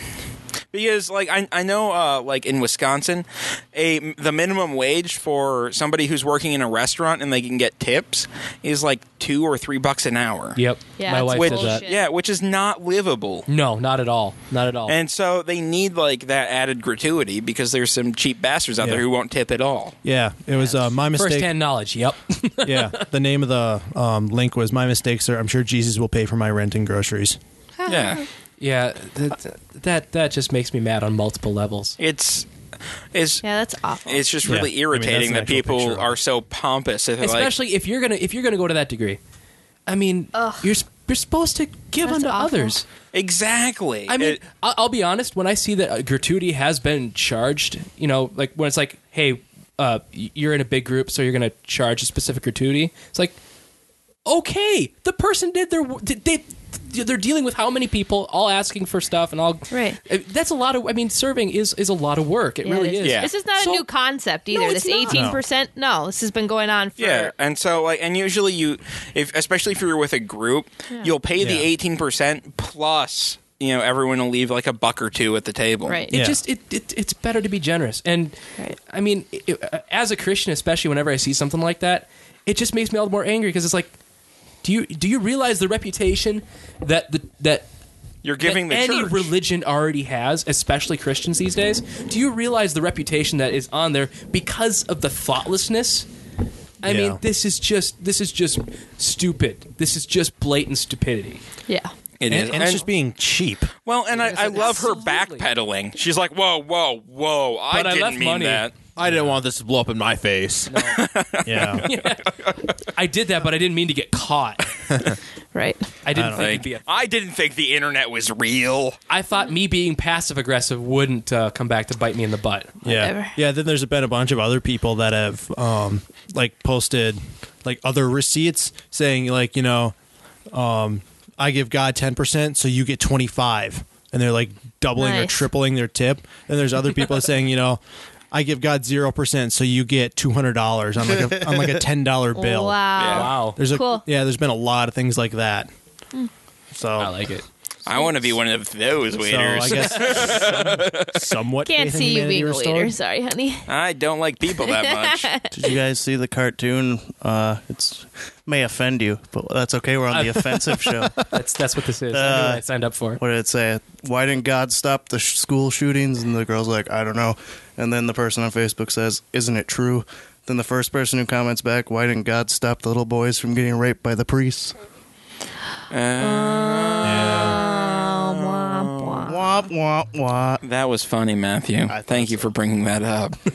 Because like I I know uh, like in Wisconsin, a the minimum wage for somebody who's working in a restaurant and they can get tips is like two or three bucks an hour. yep. Yeah, My it's wife Which did that. bullshit. yeah, which is not livable. No, not at all. Not at all. And so they need like that added gratuity because there's some cheap bastards out Yeah. there who won't tip at all. Yeah, it was uh, my mistake. First-hand knowledge. Yep. [laughs] yeah, the name of the um, link was my mistake, sir. I'm sure Jesus will pay for my rent and groceries. Yeah. yeah. That, that that just makes me mad on multiple levels. It's it's Yeah, that's awful. It's just Yeah. really I mean, irritating that's an that actual picture of people it. are so pompous. If Especially, Especially if you're gonna if you're gonna go to that degree. I mean, you're s- you're supposed to give That's unto awful. others. exactly. I mean, It- I- I'll be honest. When I see that uh, gratuity has been charged, you know, like when it's like, hey, uh, y- you're in a big group, so you're going to charge a specific gratuity. It's like, okay, the person did their w- did they. They're dealing with how many people, all asking for stuff, and all. Right. Uh, That's a lot of. I mean, serving is is a lot of work. It Yeah, really it is. Yeah. This is not So- a new concept either. No, it's this not. eighteen percent. No, this has been going on for. yeah, and so like, and usually you, if especially if you're with a group, you'll pay the Yeah. eighteen percent plus. You know, everyone will leave like a buck or two at the table. Right. It Yeah. just it, it it's better to be generous. And Right. I mean, it, uh, as a Christian, especially whenever I see something like that, it just makes me all the more angry because it's like, do you do you realize the reputation that the that You're giving the that any church. religion already has, especially Christians these days? Do you realize the reputation that is on there because of the thoughtlessness? I Yeah. mean, this is just this is just stupid. This is just blatant stupidity. [laughs] Yeah. It is. And, and it's just being cheap. well, and I, I love her Absolutely. backpedaling. She's like, "Whoa, whoa, whoa! I But I didn't left mean money. that." I didn't want this to blow up in my face. [laughs] Yeah. I did that, but I didn't mean to get caught. Right. I didn't think it'd Like, be a I didn't think the internet was real. I thought me being passive aggressive wouldn't uh, come back to bite me in the butt. Yeah. Whatever. Yeah. Then there's been a bunch of other people that have um, like posted like other receipts saying like you know, um, I give God ten percent, so you get twenty five, and they're like doubling or Nice. tripling their tip. And there's other [laughs] people saying you know. I give God zero percent, so you get two hundred dollars on like a on [laughs] like a ten dollar bill. Yeah. Wow. Wow, There's a Cool. yeah. There's been a lot of things like that. So I like it. I want to be one of those So waiters. I guess some- somewhat. Can't faith in see you humanity being a restored. waiter. Sorry, honey. I don't like people that much. Did you guys see the cartoon? Uh, it's may offend you, but that's okay. We're [laughs] on the offensive show. That's that's what this is. I knew Uh, what I signed up for. What did it say? Why didn't God stop the sh- school shootings? And the girl's like, I don't know. And then the person on Facebook says, Isn't it true? Then the first person who comments back, Why didn't God stop the little boys from getting raped by the priests? Womp womp womp. That was funny, Matthew. I thought Thank you so. for bringing that up. see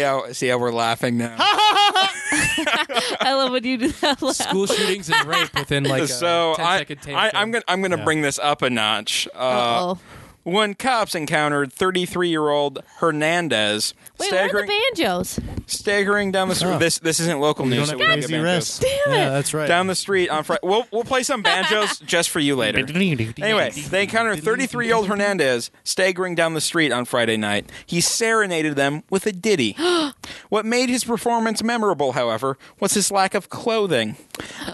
how see how we're laughing now. I love when you do that. School shootings and rape within like a so 10 I, second tape. I I'm gonna I'm gonna bring this up a notch. Uh, Uh, when cops encountered 33 year old Hernandez Wait, where are the staggering, banjos? staggering down the street. This, this isn't local news. so we don't get crazy banjos. rest. Damn Yeah, it. that's right. Down the street on Friday. We'll, we'll play some banjos just for you later. Anyway, they encountered 33 year old Hernandez staggering down the street on Friday night. He serenaded them with a ditty. what made his performance memorable, however, was his lack of clothing.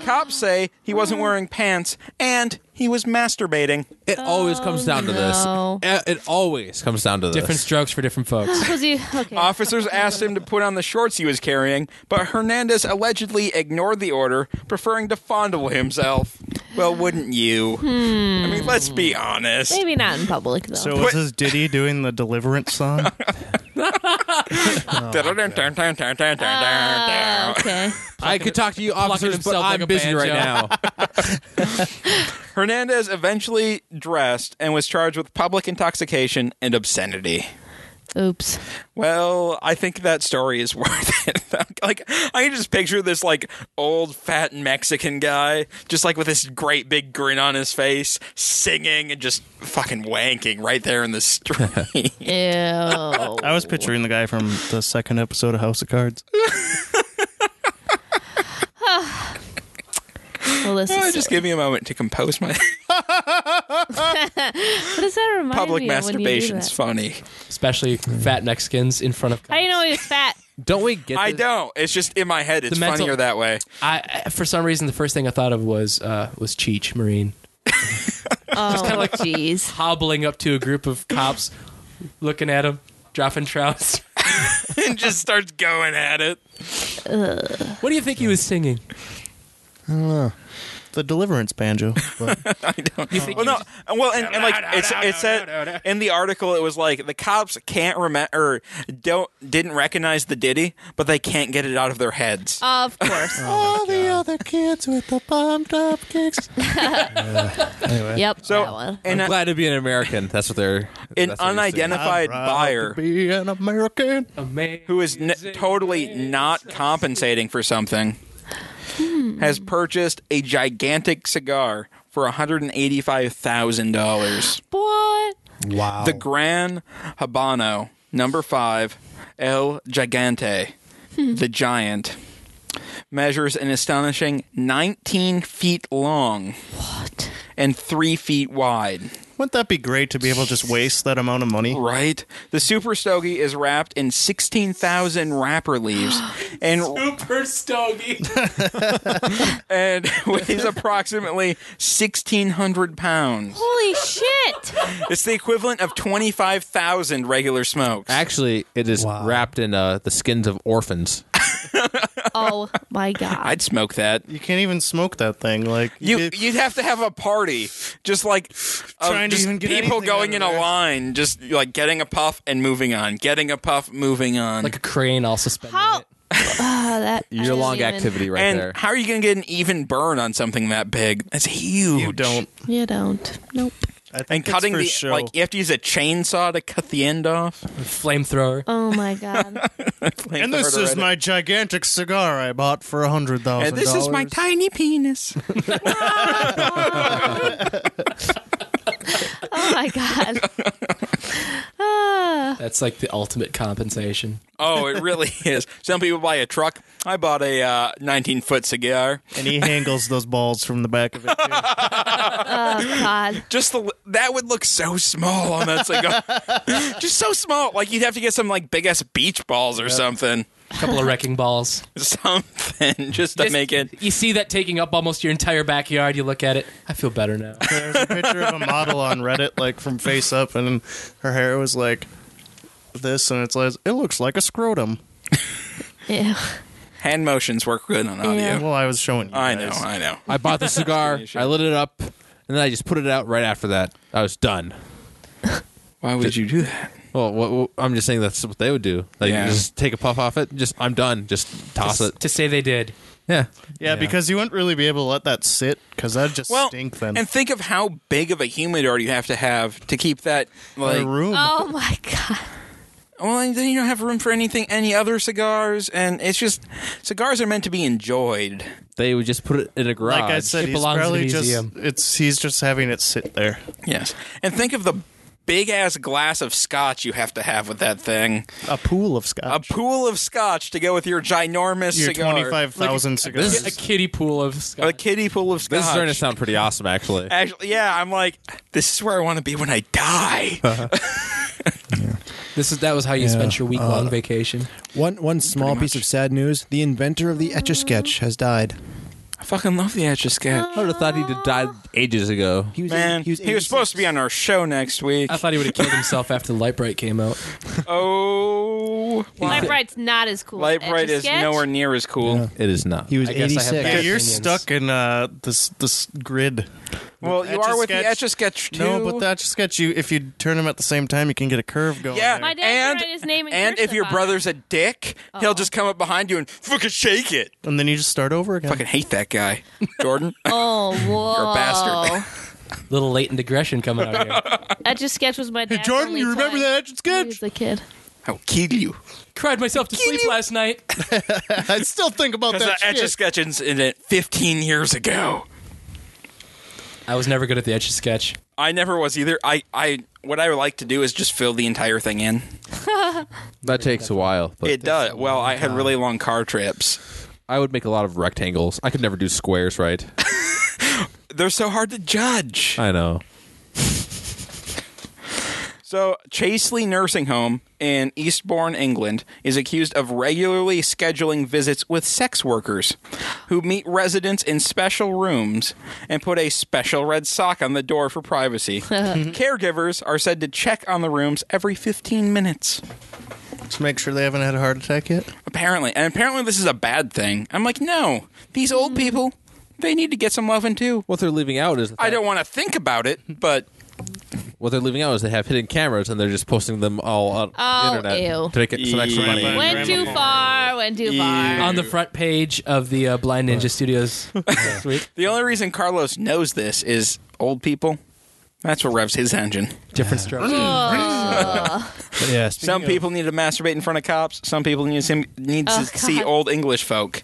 Cops say he wasn't wearing pants and he was masturbating. It always comes down to Oh, no. this. It, it always comes down to this. Different strokes for different folks. [laughs] Because he, okay. Uh, Officers asked him to put on the shorts he was carrying, but Hernandez allegedly ignored the order, preferring to fondle himself. Well, wouldn't you? I mean, let's be honest. Maybe not in public, though. So was this Diddy doing the Deliverance [laughs] song? Oh Ah, okay. I could talk to you officers, but I'm himself like a busy right now. banjo. [laughs] Hernandez eventually dressed and was charged with public intoxication and obscenity. Oops. Well, I think that story is [laughs] worth it. like, I can just picture this like old fat Mexican guy, just like with this great big grin on his face, singing and just fucking wanking right there in the street. [laughs] Ew. I was picturing the guy from the second episode of House of Cards. well, this Oh, is, just give me a moment to compose [laughs] my what does that remind public me of when you do masturbation's that? funny. Especially fat Mexicans in front of. I didn't know he was fat. Don't we get? I this? don't. It's just in my head. It's The mental- funnier that [laughs] way. I, I- for some reason the first thing I thought of was uh, was Cheech Marine Oh, jeez. hobbling up to a group of cops, looking at him, dropping trousers. and just starts going at it. [laughs] What do you think he was singing? The Deliverance banjo. [laughs] Well, no, and- well, and, and like it's it said in the article, it was like the cops can't remember or don't didn't recognize the ditty, but they can't get it out of their heads. Of course. All the other kids with the bumped up kicks. Yep. that so, one. [laughs] an, I'm glad to be an American. That's what they're. uh, an that's what he's doing. unidentified buyer Be an [laughs] American. who is n- totally not compensating for something Hmm. has purchased a gigantic cigar for one hundred and eighty-five thousand dollars. What? Wow. The Oh. Gran Habano, number five, El Gigante, the giant, measures an astonishing 19 feet long. And three feet wide, Wouldn't that be great to be able to just waste that amount of money? right? The super stogie is wrapped in sixteen thousand wrapper leaves, and Super stogie. [laughs] and weighs approximately sixteen hundred pounds. Holy shit. It's the equivalent of twenty five thousand regular smokes. Actually, it is Wow. wrapped in uh, the skins of orphans. Oh, my God. I'd smoke that. You can't even smoke that thing. Like You get- you'd have to have a party, just like of Trying to just even get people anything going out in of a there. line, just like getting a puff and moving on, getting a puff, moving on. like a crane all suspended. [laughs] How? it. Ah, that I Year long didn't even- activity right and there. how are you going to get an even burn on something that big? That's huge. you don't. You don't. Nope. I think And it's cutting for the show. like you have to use a chainsaw to cut the end off. Flamethrower. Oh my god. and this is my gigantic cigar I bought for a hundred thousand. and this is my tiny penis. Oh my god. Ah. That's like the ultimate compensation. oh, it really is. Some people buy a truck. I bought a uh, 19 foot cigar. [laughs] and he handles those balls from the back of it. Too. oh god. just the that would look so small on that cigar. [laughs] just so small. Like you'd have to get some like big ass beach balls or something. [laughs] A couple of wrecking balls. Something just to Just- make it. You see that taking up almost your entire backyard. You look at it. I feel better now. There's a picture of a model on Reddit, like from face up, and her hair was like this, and it's like it looks like a scrotum. Ew. Hand motions work good on audio. Yeah. Well, I was showing you. I know, guys. I know. I [laughs] bought the cigar. I lit it up, and then I just put it out right after that. I was done. Why would you do that? Well, what, what- I'm just saying that's what they would do. Like, Yeah. just take a puff off it. Just, I'm done. Just toss it. to say they did. Yeah. Yeah, because you wouldn't really be able to let that sit, because that'd just Well, stink then. and think of how big of a humidor you have to have to keep that The like. room. Oh my god. Well, and then you don't have room for anything, any other cigars, and it's just cigars are meant to be enjoyed. They would just put it in a garage. like I said, It Uh, he's belongs in a probably museum. just it's he's just having it sit there. Yes, and think of the big ass glass of scotch you have to have with that thing. A pool of A scotch. pool of scotch to go with your ginormous Your cigar. twenty five thousand cigars. a kiddie pool of A scotch. kiddie pool of scotch. This is starting to sound pretty awesome, [laughs] actually. Actually, yeah, I'm like, this is where I want to be when I die. This is that was how you spent your week uh, long vacation. one one small piece of sad news: the inventor of the Etch a Sketch has died. I fucking love the Etch a Ah. Sketch. I would have thought he'd have died ages ago. He was Man, he was, supposed to be on our show next week. I thought he would have killed himself after Light Bright came out. Oh, Light bright's not as cool. Light Bright is Etch-a-Sketch? nowhere near as cool. It is not. He was I guess I have eighty six. yeah, bad you're opinions. stuck in uh, this this grid. Well, you are with the Etch a Sketch too. No, but that's just got you. If you turn them at the same time, you can get a curve going. yeah, My dad and can write his name in and if cursive your on it. Oh. brother's a dick, he'll just come up behind you and fucking shake it. there. and then you just start over again. Fucking hate that guy, Jordan. [laughs] Oh, whoa. You're a bastard. Oh. Little Leighton digression coming out [laughs] here. Etch a sketch was my dad. Jordan, you remember that etch sketch? As a kid. I'll kill you. Cried myself to sleep last night. [laughs] I still think about Because that. the Etch a shit. Sketch incident 15 years ago. I was never good at the etch a sketch. I never was either. I, I, what I would like to do is just fill the entire thing in. That takes a while. But it does. Well, I had really long car trips. I would make a lot of rectangles. I could never do squares, [laughs] right? They're so hard to judge. I know. So, Chaseley Nursing Home in Eastbourne, England, is accused of regularly scheduling visits with sex workers who meet residents in special rooms and put a special red sock on the door for privacy. Caregivers are said to check on the rooms every 15 minutes, Just make sure they haven't had a heart attack yet. apparently. And apparently, this is a bad thing. I'm like, no, these old people, they need to get some loving too. What they're leaving out is the I fact- don't want to think about it, but What they're leaving out is they have hidden cameras and they're just posting them all on Oh, the internet ew. to make some extra money. Grandpa- Went too far. Went too far. On the front page of the uh, Blind Ninja Studios this [laughs] week. the only reason Carlos knows this is old people. That's what revs his engine. Different strokes. Yeah, Some people need to masturbate in front of cops. Some people need to see, need Oh, to see God. old English folk.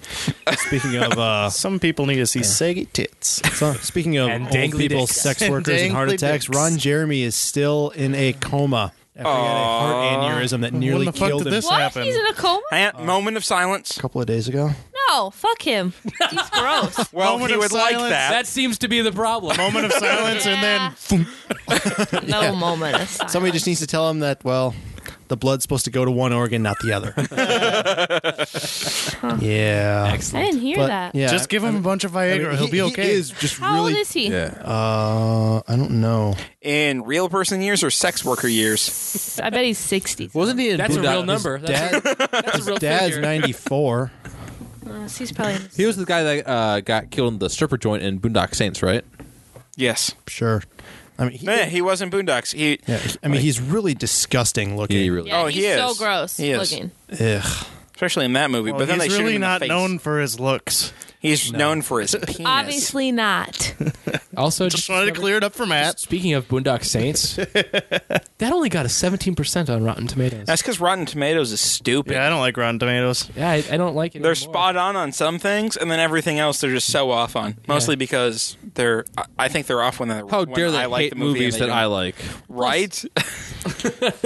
Speaking [laughs] of Oh. uh, Some people need to see saggy tits. [laughs] so- speaking of And old dangly people, dicks. sex workers, and heart Dangly attacks, dicks. Ron Jeremy is still in a coma after he had a heart aneurysm that nearly the fuck killed did him this what? happened. He's in a coma? Hang on, moment of silence. a couple of days ago. No, fuck him. He's gross. Well, Moment he of would like silence. that. That seems to be the problem. Moment of silence, and then then [laughs] no moment. Of silence. Somebody just needs to tell him that well, the blood's supposed to go to one organ, not the other. yeah. I didn't hear But, that. yeah, just give him a bunch of I Viagra. mean, he'll he- be okay. He is just How really. old is he? Uh, I don't know. In real person years or sex worker years? I bet he's sixty. Wasn't he in That's a Boondock- real number. That's, Dad, that's a real dad's figure. ninety four. He's probably. in his- He was the guy that uh, got killed in the stripper joint in Boondock Saints, right? Yes. [laughs] Sure. I mean, he, Yeah, he was in Boondocks. He. yeah, he- I mean, he's really disgusting looking. Yeah, he really. Yeah, Oh, he's he so is. gross He is. looking. Ugh. Especially in that movie, Well, but then he's they shoot really him in not the face. known for his looks. He's known for his penis. Obviously not. Also, Just wanted to clear it up for Matt. Speaking of Boondock [laughs] Saints, that only got a 17% on Rotten Tomatoes. That's because Rotten Tomatoes is stupid. Yeah, I don't like Rotten Tomatoes. yeah, I, I don't like it. They're anymore. spot on on some things, and then everything else they're just so off on. Mostly because they're, I- I think they're off when they're. How when dare they I like hate the movie and movies they that don't. I like? right? [laughs]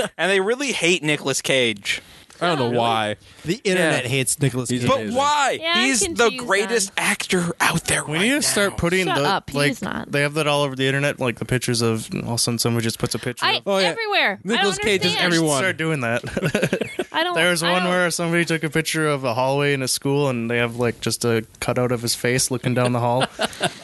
[laughs] and they really hate Nicolas Cage. [laughs] I [laughs] don't know why. The internet Yeah. hates Nicholas He's Cage. But Amazing. why? Yeah, I'm He's the confused greatest actor out there. We right need to now. start putting Shut the up, he like is not. they have that all over the internet, like the pictures of all of a sudden someone just puts a picture. I up. Oh, yeah. everywhere. Nicolas I don't Cage is understand. everywhere. Start [laughs] doing that. I [laughs] don't. there was I one don't- where somebody took a picture of a hallway in a school, and they have like just a cutout of his face looking down the hall. [laughs]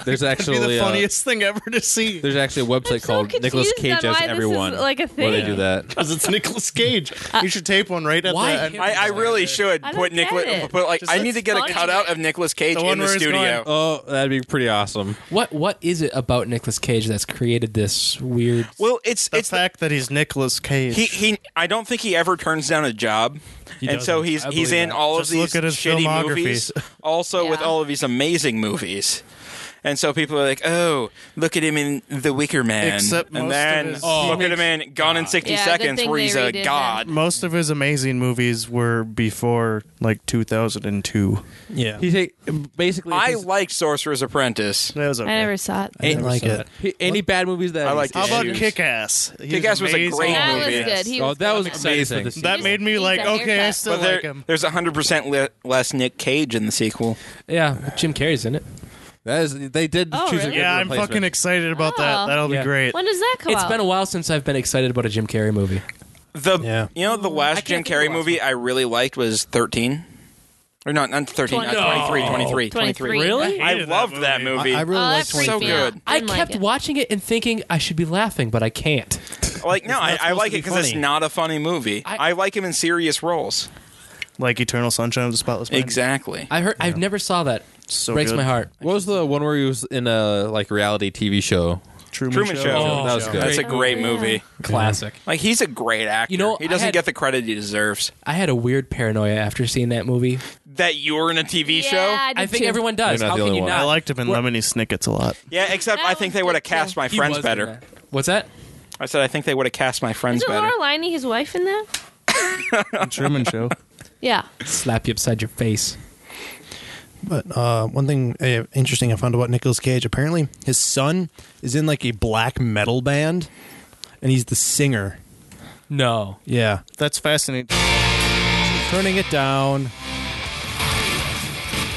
There's It'd be actually the uh, funniest thing ever to see. there's actually a website so called confused Nicholas on Cage why as this everyone. isn't like a Where they thing. do that. Because it's Nicolas Cage. you should tape one right at why the end. can't I, I really should I don't put get Nicolas. it. Put like Just I need to get funny. a cutout of Nicolas Cage The one in the where he's studio. Oh, that'd be pretty awesome. What What is it about Nicolas Cage that's created this weird. well, it's the it's the- fact that he's Nicolas Cage. he he. I don't think he ever turns down a job, and so he's I he's believe in that. all Just of these [laughs] look at his shitty filmography. movies. Also with Yeah. all of these amazing movies, And so people are like, "Oh, look at him in The Wicker Man," Except most and of then his- look at him in Gone in sixty Yeah, good seconds, thing where they he's a redid god. Most of his amazing movies were before like 2002. Yeah. He take um, basically I his- liked Sorcerer's Apprentice. That was okay. I never saw it. didn't like it. he- any bad movies that I he's- liked How about Issues. Kick Ass? Kick-Ass was a great That was movie. good. He oh, was that good was in it. amazing. for the That He made just me needs like, that okay, I haircut. still But there, like him. there's 100% le- less Nick Cage in the sequel. Yeah, but Jim Carrey's in it. That is, they did Oh, choose a really? good Yeah, I'm replacement. fucking excited about that. Oh. That'll Yeah. be great. When does that come It's out? been a while since I've been excited about a Jim Carrey movie. The Yeah. you know the I last can't Jim think of the Carrey last movie I really liked was 13. Or not, not 13, Twenty- not 23, No. 23, 23. [laughs] Really? I Hated that loved that movie. movie. I really Oh, that like freaked 23. So me good. out. I Didn't like kept it. watching it and thinking I should be laughing, but I can't. like, no, I, I supposed like it to be because it's funny. not a funny movie. I, I- like him in serious roles. Like Eternal Sunshine of the Spotless Mind. Exactly. I heard. I've never saw that. So Breaks good. my heart. What was the one where he was in a like reality TV show? Truman, Truman Show. Show. Oh, that was show. good. That's a great Great movie. movie. Classic. Like, he's a great actor. You know, he I doesn't had- get the credit he deserves. I had a weird paranoia after seeing that movie. That you're in a TV yeah, show? I, did I think too. everyone does. You're not How the can only you one. not? I liked him in Lemony Snicket's a lot. Yeah, except That I think was they would have good, too. cast my He friends was in better. that. What's that? I said I think they would have cast my friends Isn't better. Laura Linney his wife in that? Truman Show. Yeah. Slap you upside your face. But uh, one thing uh, interesting I found about Nicolas Cage apparently his son is in like a black metal band, and he's the singer. No. Yeah, That's fascinating. turning it down.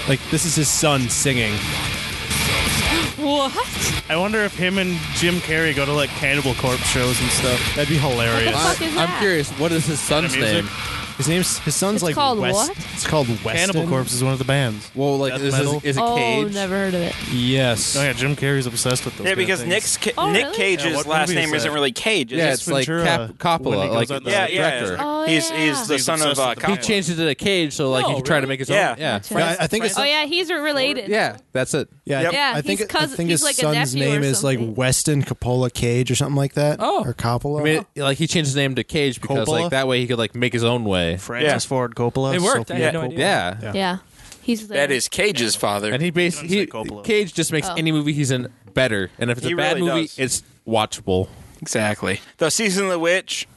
Like this is his son singing. What? I wonder if him and Jim Carrey go to like Cannibal Corpse shows and stuff. That'd be hilarious. What the fuck is I'm that? curious. What is his son's music? name? His name's his son's It's like called West. what? It's called Weston. Cannibal Corpse is one of the bands. Well, like Death is, is, metal? is it Oh, Cage? never heard of it. Yes. Oh yeah, Jim Carrey's obsessed with those. Yeah, kind of because things. Nick's ca- Oh, Nick really? Cage's Yeah, what last movie is name that? isn't really Cage. It's Yeah, just- it's like Ventura Cap- when he Coppola, goes like on the- yeah, the yeah. director. Oh, he's yeah. he's the He's son of obsessed uh, with the He Coppola. Coppola. changed it to a cage, so like No, he could try to really? make his Yeah. own. Yeah, Yeah, I- I think his Oh yeah, he's related. yeah, that's it. Yeah, I- Yep. Yeah, I think he's cousin- I think he's his like a son's nephew or name is like something. Weston Coppola Cage or something like that. Oh. or Coppola. I mean, like he changed his name to Cage because Coppola? like that way he could like make his own way. Francis Yeah. Ford Coppola. It worked. I Sophia had no Coppola. idea. Yeah. Yeah. Yeah. He's there. That is Cage's father. And he base You he don't say Coppola. Cage just makes Oh. any movie he's in better, and if it's He a bad really movie, does. it's watchable. Exactly. The season of the witch,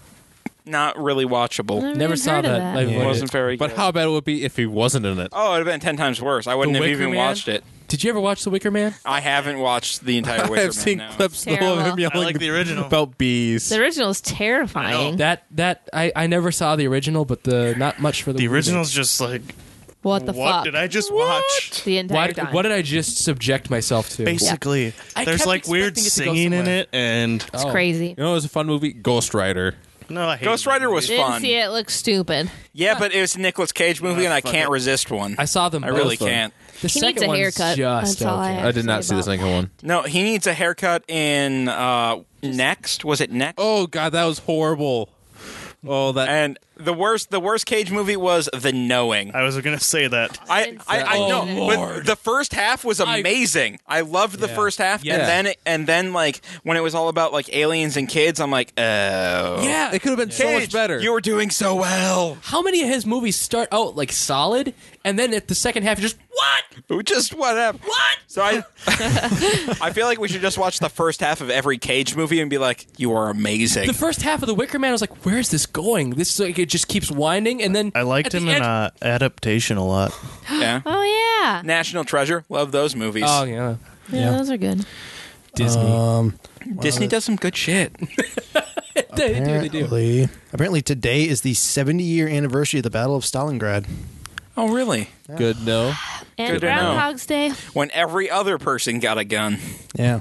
not really watchable. Never, Never even saw heard of that. Like, Yeah. It what- wasn't very. But good. how bad it would be if he wasn't in it? Oh, it'd have been ten times worse. I wouldn't The have Wicker even Man? watched it. Did you ever watch The Wicker Man? I haven't watched the entire Wicker Man. [laughs] I've seen no. clips though, of him Terrible. yelling I like the original. about bees. The original is terrifying. That that I, I never saw the original, but the not much for the The remake. original's just like, What the what fuck? did I just watch? The entire Why, time. what did I just subject myself to? Basically, I there's kept like weird expecting it to go singing in somewhere. it, and it's Oh. crazy. You know, it was a fun movie, Ghost Rider. no, I hate Ghost that Rider was movie. Didn't fun. see it. Looks stupid. Yeah, but it was a Nicolas Cage movie, and I can't resist one. I saw them. I really both, though. can't. The He second needs a one's haircut. Just That's all I okay. have. I did not see the Actually, second one. No, he needs a haircut in uh, next. Was it next? Oh god, that was horrible. Oh that And the worst, the worst Cage movie was The Knowing. I was gonna say that. I, I, I Oh, know, but the first half was amazing. I, loved the first half, Yeah. and then and then like when it was all about like aliens and kids, I'm like, oh, Yeah, it could have been so much Cage, better. You were doing so well. How many of his movies start out like solid, and then at the second half, you're just what? Just whatever. What? So I, I feel like we should just watch the first half of every Cage movie and be like, you are amazing. The first half of The Wicker Man I was like, where is this going? This is like it just keeps winding, and then I at liked the him end- in uh, Adaptation a lot. yeah. Oh yeah. National Treasure. Love those movies. oh yeah, yeah. Yeah. Those are good. Disney. Um, Disney does some good shit. [laughs] they do, they do. apparently, apparently today is the 70 year anniversary of the Battle of Stalingrad. oh, really? Good no. And Good to know. Groundhog's Day. When every other person got a gun. Yeah.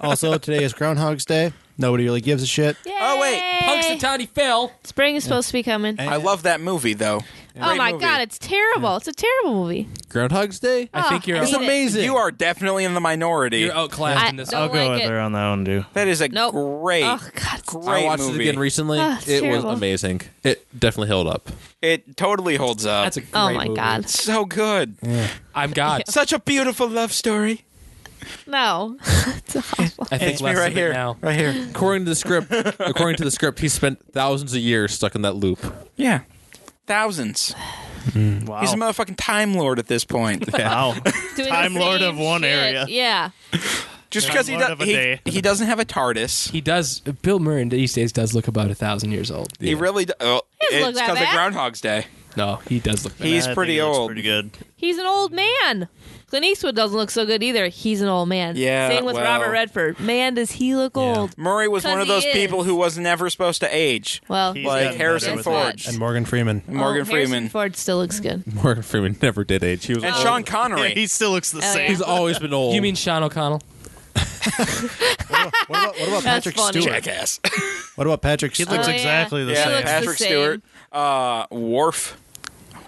also, today is Groundhog's Day. Nobody really gives a shit. Oh, wait. Yay. Punks and Tony fell. Spring is supposed to be coming. I love that movie though. oh Great my movie. god, it's terrible. It's a terrible movie. Oh, Groundhog's Day? I think you're I out. hate it. amazing. You are definitely in the minority. You're outclassed I in this. don't I'll go like it. there on that one too. That is a Nope. great, Oh god. it's- great I watched movie. it again recently. Ah, it's it terrible. was amazing. It definitely held up. It totally holds up. That's a great Oh my movie. god. so good. I'm God. Such a beautiful love story. No. it's awful. I think It's me less right of here. It now. Right here. According to the script, according to the script, he spent thousands of years stuck in that loop. Yeah. Thousands. Wow. He's a motherfucking time lord at this point. wow. Doing the Time Lord same of one shit. area. Yeah. Just Time because he, lord do- of a he, day. he doesn't have a TARDIS. He does. Bill Murray in these days does look about a thousand years old. He really do- oh, doesn't look It's that because of bad. Groundhog's Day. No, he does look. Bad. He's I think pretty it looks old. Pretty good. He's an old man. Clint Eastwood doesn't look so good either. He's an old man. Yeah, Same with well. Robert Redford. Man, does he look old? Murray was one 'Cause of those he is. Oh, people who was never supposed to age. Well, He's like gotten Harrison better with Ford. age. And Morgan Freeman. And Morgan oh, Harrison Freeman. Ford still looks good. [laughs] Morgan Freeman never did age. He was And old. Sean Connery. [laughs] he still looks the Oh, same. He's always been old. You mean Sean O'Connell? What about, what about That's Patrick funny. Stewart? Jackass. What about Patrick He Stewart? looks Oh, yeah. exactly the yeah, same. looks the Patrick same. Stewart. Uh, Worf.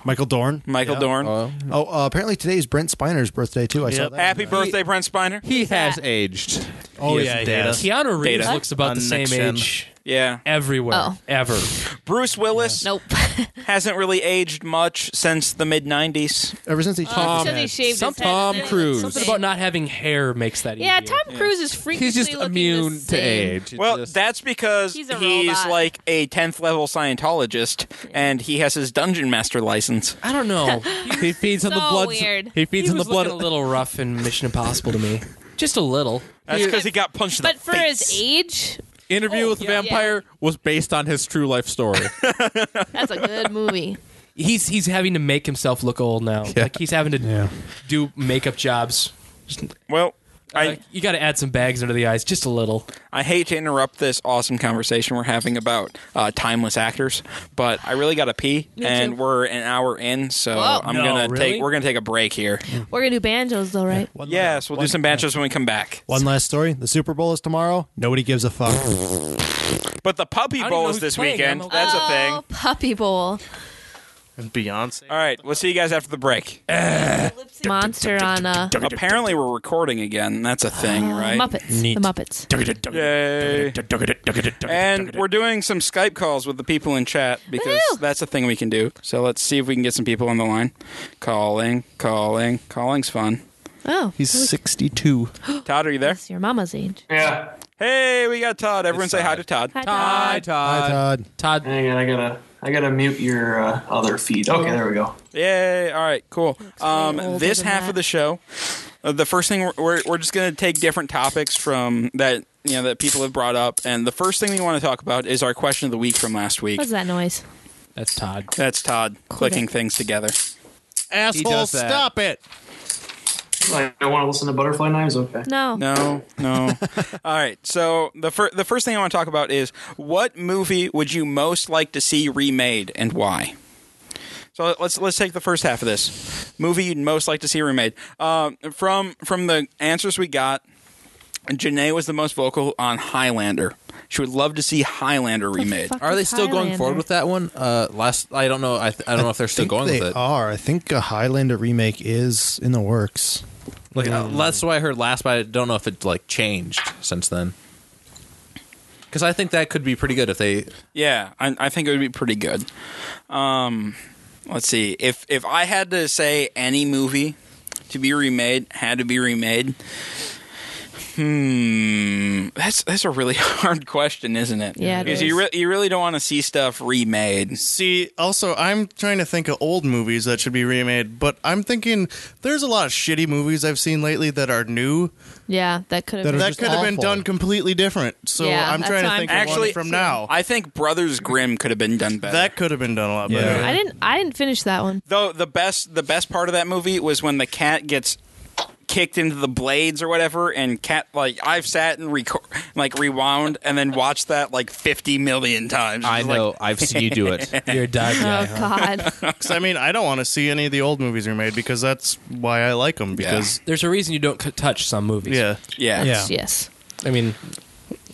Michael Dorn. Michael Dorn. Oh. Oh, uh, apparently today is Brent Spiner's birthday too. I saw Yep. that. Happy birthday, Brent Spiner. he has that? aged. Oh, He is yeah, he data. has. Keanu Reeves Data. looks about On the same Next Gen. age Yeah. everywhere, Oh. ever. Bruce Willis Nope. [laughs] hasn't really aged much since the mid 90s. Ever since he Because Tom, Oh, he shaved his Some head. Tom It looks Cruise. the Something same. about not having hair makes that. Yeah, easier. Tom Cruise is freaking. He's just immune to age. It's Well, just- that's because He's he's, a robot. like a 10th level Scientologist and he has his dungeon master license. I don't know. he feeds on the so blood. weird. He He feeds was on the blood. looking a little rough in Mission Impossible to me. Just a little. That's because he got punched in But the for face. his age, Interview with the yeah. Vampire was based on his true life story. that's a good movie. He's he's having to make himself look old now. Like he's having to do makeup jobs. well, I, Like, you got to add some bags under the eyes, just a little. I hate to interrupt this awesome conversation we're having about uh, timeless actors, but I really got to pee, Me and too. we're an hour in, so Whoa. I'm No, gonna really? take we're gonna take a break here. We're gonna do banjos though, right? One- Yes, we'll do some banjos when we come back. One last story. The Super Bowl is tomorrow. Nobody gives a fuck. But the Puppy don't Bowl know is who's this playing. weekend. I'm a- [laughs] That's a oh, thing. Puppy Bowl. And Beyonce. All right, we'll see you guys after the break. Monster on uh, Apparently, we're recording again. That's a thing, Ah, right? Muppets. The Muppets. Yay. And we're doing some Skype calls with the people in chat because Woohoo! that's a thing we can do. So let's see if we can get some people on the line. Calling, calling, calling's fun. Oh, He's 62. Todd, are you there? it's your mama's age. Yeah. Hey, we got Todd. Everyone say hi to Todd. Hi, Hi, Todd. Todd. Hi, Todd. Todd. Hang on, I gotta, I gotta mute your uh, other feed. Okay, there we go. Yay! All right, cool. Um, older this than half that. of the show, uh, the first thing we're, we're we're just gonna take different topics from that you know that people have brought up, and the first thing we want to talk about is our question of the week from last week. What's that noise? That's Todd. That's Todd clicking things together. He Asshole, does that. stop it. I don't want to listen to Butterfly Knives. Okay. No. No, no. All right. So the fir- the first thing I want to talk about is what movie would you most like to see remade and why? So let's let's take the first half of this movie you'd most like to see remade. Um, from from the answers we got, Janae was the most vocal on Highlander. She would love to see Highlander remade. fuck? Are they still going forward with that one? Uh, last I don't know. I, th- I don't know if they're still think going they with it. are. I think a Highlander remake is in the works. Like uh, that's what I heard last, but I don't know if it like changed since then. Because I think that could be pretty good if they. Yeah, I, I think it would be pretty good. Um, let's see. If if I had to say any movie to be remade had to be remade, hmm, that's that's a really [laughs] hard question, isn't it? Yeah, it because you is. re- you really don't want to see stuff remade. See, also, I'm trying to think of old movies that should be remade, but I'm thinking there's a lot of shitty movies I've seen lately that are new Yeah, that could have That been. They're that just could have been awful. done completely different. So Yeah, I'm that's trying what to I'm think of Actually, one from now. I think Brothers Grimm could have been done better. that could have been done a lot Yeah. better. I didn't. I didn't finish that one. Though the best the best part of that movie was when the cat gets kicked into the blades or whatever and cat like I've sat and record like rewound and then watched that like 50 million times. I It's like, know. I've seen you do it. You're a dive guy. Oh huh? God. 'Cause, I mean, I don't want to see any of the old movies remade because that's why I like them. Because There's a reason you don't c- touch some movies. yeah, yeah. yes. I mean,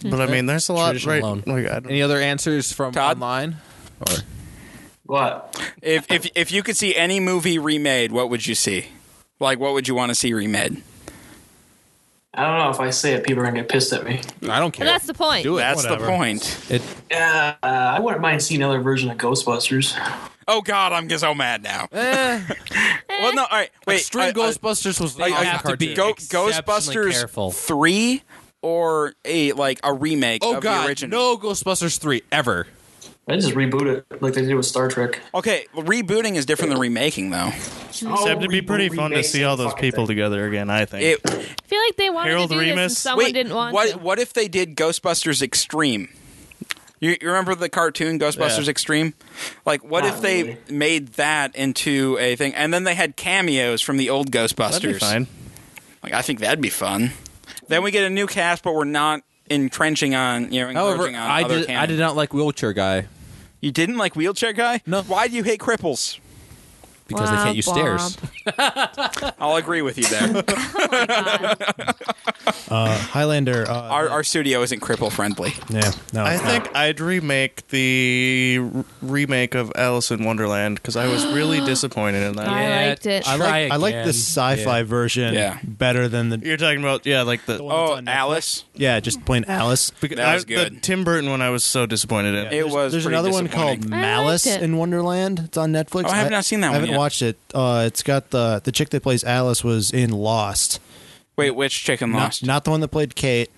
but I mean, there's a lot Tradition right. alone. Like, I don't, Any other answers from Todd? online? Or What? If if if you could see any movie remade, what would you see? Like what would you want to see remade? I don't know if I say it, people are gonna get pissed at me. I don't care. But that's the point. Do it. That's the Whatever. point. it, Yeah, uh, I wouldn't mind seeing another version of Ghostbusters. Oh god, I'm so mad now. well no, all right. Wait. Eh. Extreme I- I- Ghostbusters was I- not I a have to be cartoon. Go- Exceptionally Ghostbusters careful. 3 or a like a remake Oh of god, Oh, the original. no Ghostbusters three ever. I just reboot it like they did with Star Trek. Okay, well, rebooting is different than remaking, though. Oh, Except it'd be pretty reboot, fun to remake see the all those fucking people thing. together again. I think It, I feel like they wanted Harold to do this and Ramis? someone wait, didn't want Oh, what, to. what if they did Ghostbusters Extreme? You, you remember the cartoon Ghostbusters Yeah. Extreme? Like, what Not if they really. made that into a thing, and then they had cameos from the old Ghostbusters? that'd be fine. Like, I think that'd be fun. Then we get a new cast, but we're not entrenching on you know. However, encouraging on I other did, I canon. did not like wheelchair guy You didn't like wheelchair guy? No. Why do you hate cripples? because they can't use stairs. I'll agree with you there. Uh, Highlander. Uh, our, our studio isn't cripple friendly. yeah, no, I it's not. think I'd remake the r- remake of Alice in Wonderland because I was really disappointed in that. I Yeah, liked it. I I like- like, I like the again. sci-fi version Yeah. better than the You're talking about yeah, like the. one- Oh, on Netflix. Alice. yeah, just plain Alice. because that was I- The good. Tim Burton one, I was so disappointed in. It was. There's pretty another one disappointing. called I Malice liked it. in Wonderland. It's on Netflix. Oh, I have not seen that I one haven't yet. watched it. Uh, it's got the the chick that plays Alice was in Lost. Wait, which chicken Not, lost? not the one that played Kate.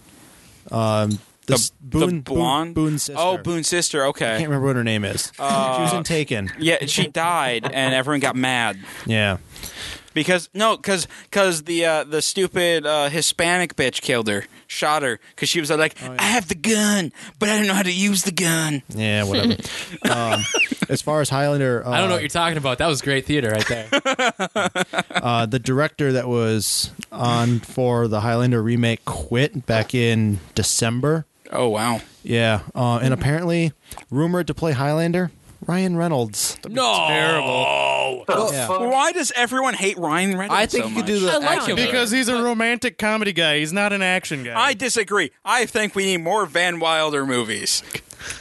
Um, the, the, s- Boone, the blonde. Boone, Boone sister. Oh, Uh, Boone's sister. I can't Okay. remember what her name is. she was in Taken. Yeah, she died, and everyone got mad Yeah. because no, because because the uh, the stupid uh, Hispanic bitch killed her, shot her because she was uh, like, I have the gun, but I don't know how to use the gun. Yeah, whatever. um, as far as Highlander, uh, I don't know what you're talking about. That was great theater right there. uh, the director that was on for the Highlander remake quit back in December. Oh wow. Yeah, uh, and apparently rumored to play Highlander, Ryan Reynolds. no, terrible. Yeah. Why does everyone hate Ryan Reynolds? I think so you could much? do the I like action him. guy. Because he's a romantic comedy guy. He's not an action guy. I disagree. I think we need more Van Wilder movies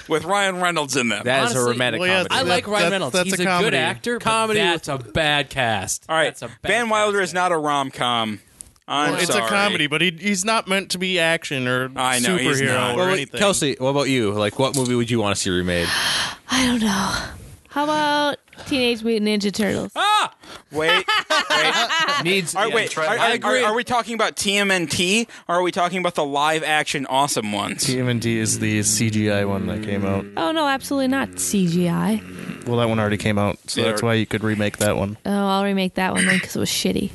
with Ryan Reynolds in them. that is a Honestly, romantic well, yeah, comedy. I like That- Ryan that- Reynolds. that's He's a a, good comedy. actor. Comedy. Comedy. That's a bad cast. All right, That's a bad Van Wilder cast. is not a rom com. I'm it's sorry. a comedy, but he, he's not meant to be action or I know, he's superhero not. or Well, wait, anything. Kelsey, what about you? Like, what movie would you want to [laughs] see remade? I don't know. How about Teenage Mutant Ninja Turtles? Ah! Wait, needs. All right, wait. try are, that. are- I agree. Are, are we talking about TMNT or are we talking about the live action awesome ones? TMNT is the CGI one that came out. Oh no, absolutely not CGI. Well, that one already came out, so Yeah, that's or- why you could remake that one. Oh, I'll remake that one then because it was shitty.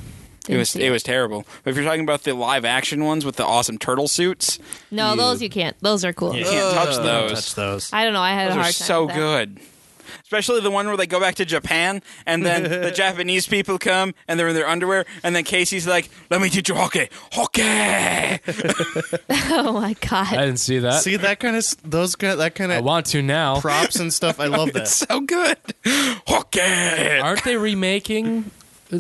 It Didn't was see it was terrible. But if you're talking about the live action ones with the awesome turtle suits, No, those you can't. Those are cool. you can't touch those. those. I don't know. I had Those a hard are time. so with that. good. Especially the one where they go back to Japan and then the Japanese people come and they're in their underwear and then Casey's like, "Let me teach you hockey, hockey." Oh my I god. didn't see that. See that kind of those kind that kind I of want to now. props and stuff. I love that. so good, hockey. Aren't they remaking?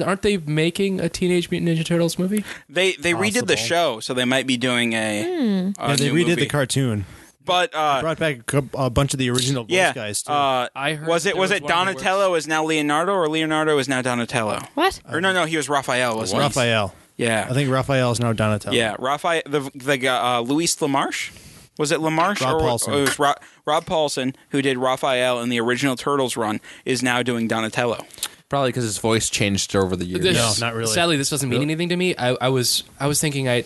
Aren't they making a Teenage Mutant Ninja Turtles movie? They they redid the show, so they might be doing a. Hmm. a Yeah, they new redid movie. the cartoon. but uh, Brought back a, cou- a bunch of the original voice yeah. guys too. Uh, I heard was it there was, was it one in the Donatello is now Leonardo or Leonardo is now Donatello? What? Or no, no, he was Raphael. Was Raphael. Yeah, I think Raphael is now Donatello. yeah, Raphael. The the guy, uh, Luis Lamarche. Was it Lamarche Rob or Paulsen. Or it was Rob, Rob Paulson who did Raphael in the original Turtles run is now doing Donatello. Probably because his voice changed over the years. This- No, not really. Sadly, this doesn't mean anything to me. I, I was I was thinking I,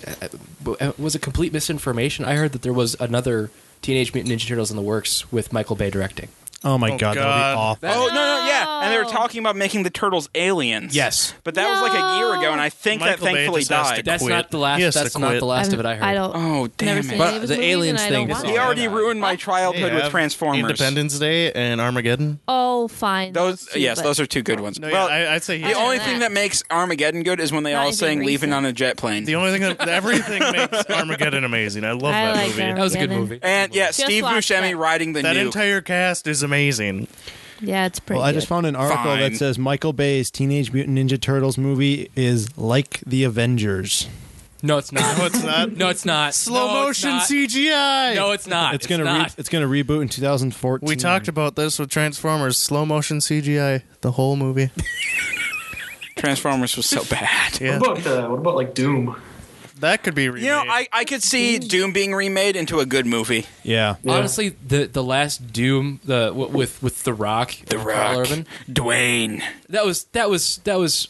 I it was a complete misinformation. I heard that there was another Teenage Mutant Ninja Turtles in the works with Michael Bay directing. Oh my Oh, god, that would God. be awful. Oh no, no, yeah, and they were No. talking about making the turtles aliens. Yes. but that was like a year ago, and I think Michael that Bay thankfully just has to died. That's Quit. not the last. He has to That's not quit. the last of it. I heard. I don't. Oh never damn seen it! But any of his the movies, aliens and I thing don't is- want He to. already ruined my childhood Yeah, with Transformers. Independence Day, and Armageddon. Oh, fine. Those too, yes, but- those are two good ones. No, well, yeah, I, I'd say the he's, I- only that. thing that makes Armageddon good is when they Not all even sang "Leaving recent. on a Jet Plane." the only thing that everything makes Armageddon amazing. I love I that like movie. that. That was a good Yeah, movie. and yeah, Just Steve watch Buscemi that. riding the That nuke. entire cast is amazing. Yeah, it's pretty. Well, I just good. [laughs] found an article Fine. that says Michael Bay's Teenage Mutant Ninja Turtles movie is like the Avengers. No, it's not. [laughs] No, it's not. No, it's not. Slow No, it's motion not. CGI. No, Ah, it's not. It's gonna re- not. it's gonna reboot in 2014. we talked about this with Transformers. Slow motion CGI. The whole movie. Transformers was so bad. Yeah, What about uh, what about like Doom? that could be. Remade. You know, I, I could see Doom being remade into a good movie. Yeah. Honestly, the the last Doom, the w- with with the Rock, The and Rock, Carl Urban, Dwayne. that was that was that was.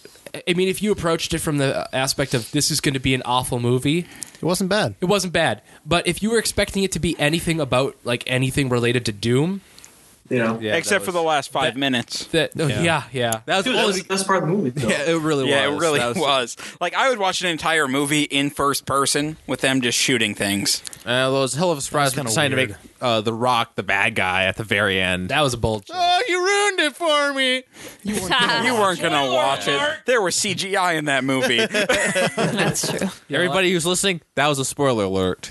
I mean, if you approached it from the aspect of this is going to be an awful movie, It wasn't bad. it wasn't bad. But if you were expecting it to be anything about like anything related to Doom, You know, Yeah, that Except for was- the last five minutes. That, oh, yeah. yeah, That was, dude, that was the best part of the movie. Though. yeah, it really Yeah, was. it really That was. was, Like I would watch an entire movie in first person with them just shooting things. Uh, well, it was a hell of a surprise when kinda decided to weird. make uh, The Rock the bad guy at the very end. That was a bold. choice. oh, you ruined it for me. Oh, You weren't gonna watch it. There was CGI in that movie. That's true. Everybody who's listening, that was a spoiler [laughs] alert.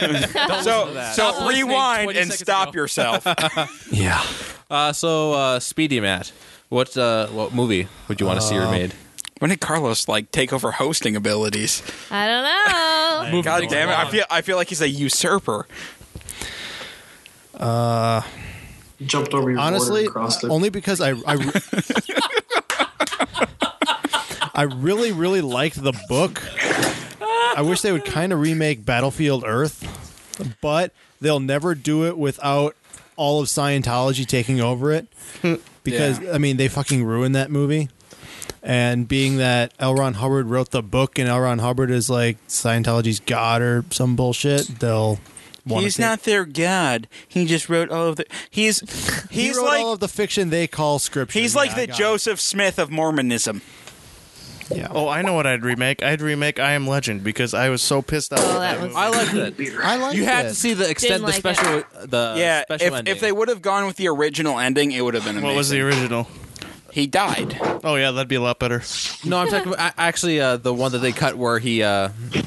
so so listening rewind 20 and seconds stop ago. yourself. Uh, so, uh, Speedy Matt, what uh, what movie would you want to see remade? when did Carlos like take over hosting abilities? I don't know. God damn it! I feel I feel like he's a usurper. You jumped over your border Honestly, and crossed it. only because I I, re- I really really liked the book. I wish they would kind of remake Battlefield Earth, but they'll never do it without all of Scientology taking over it Hmm. because I mean they fucking ruined that movie. And being that L. Ron Hubbard wrote the book and L. Ron Hubbard is like Scientology's god or some bullshit, they'll want He's to not their god. He just wrote all of the. He's he he's wrote like all of the fiction they call scripture. he's Yeah, like I the got it. Joseph Smith of Mormonism. Yeah. Oh, I know what I'd remake. I'd remake I Am Legend because I was so pissed off. Oh, with that that was. I like that. I like You had it. to see the extent, Didn't the like special, uh, the Yeah, special if, ending. if they would have gone with the original ending, it would have been amazing. What was the original? He died. Oh yeah, that'd be a lot better. no, I'm talking about a- actually uh, the one that they cut where he, uh, the-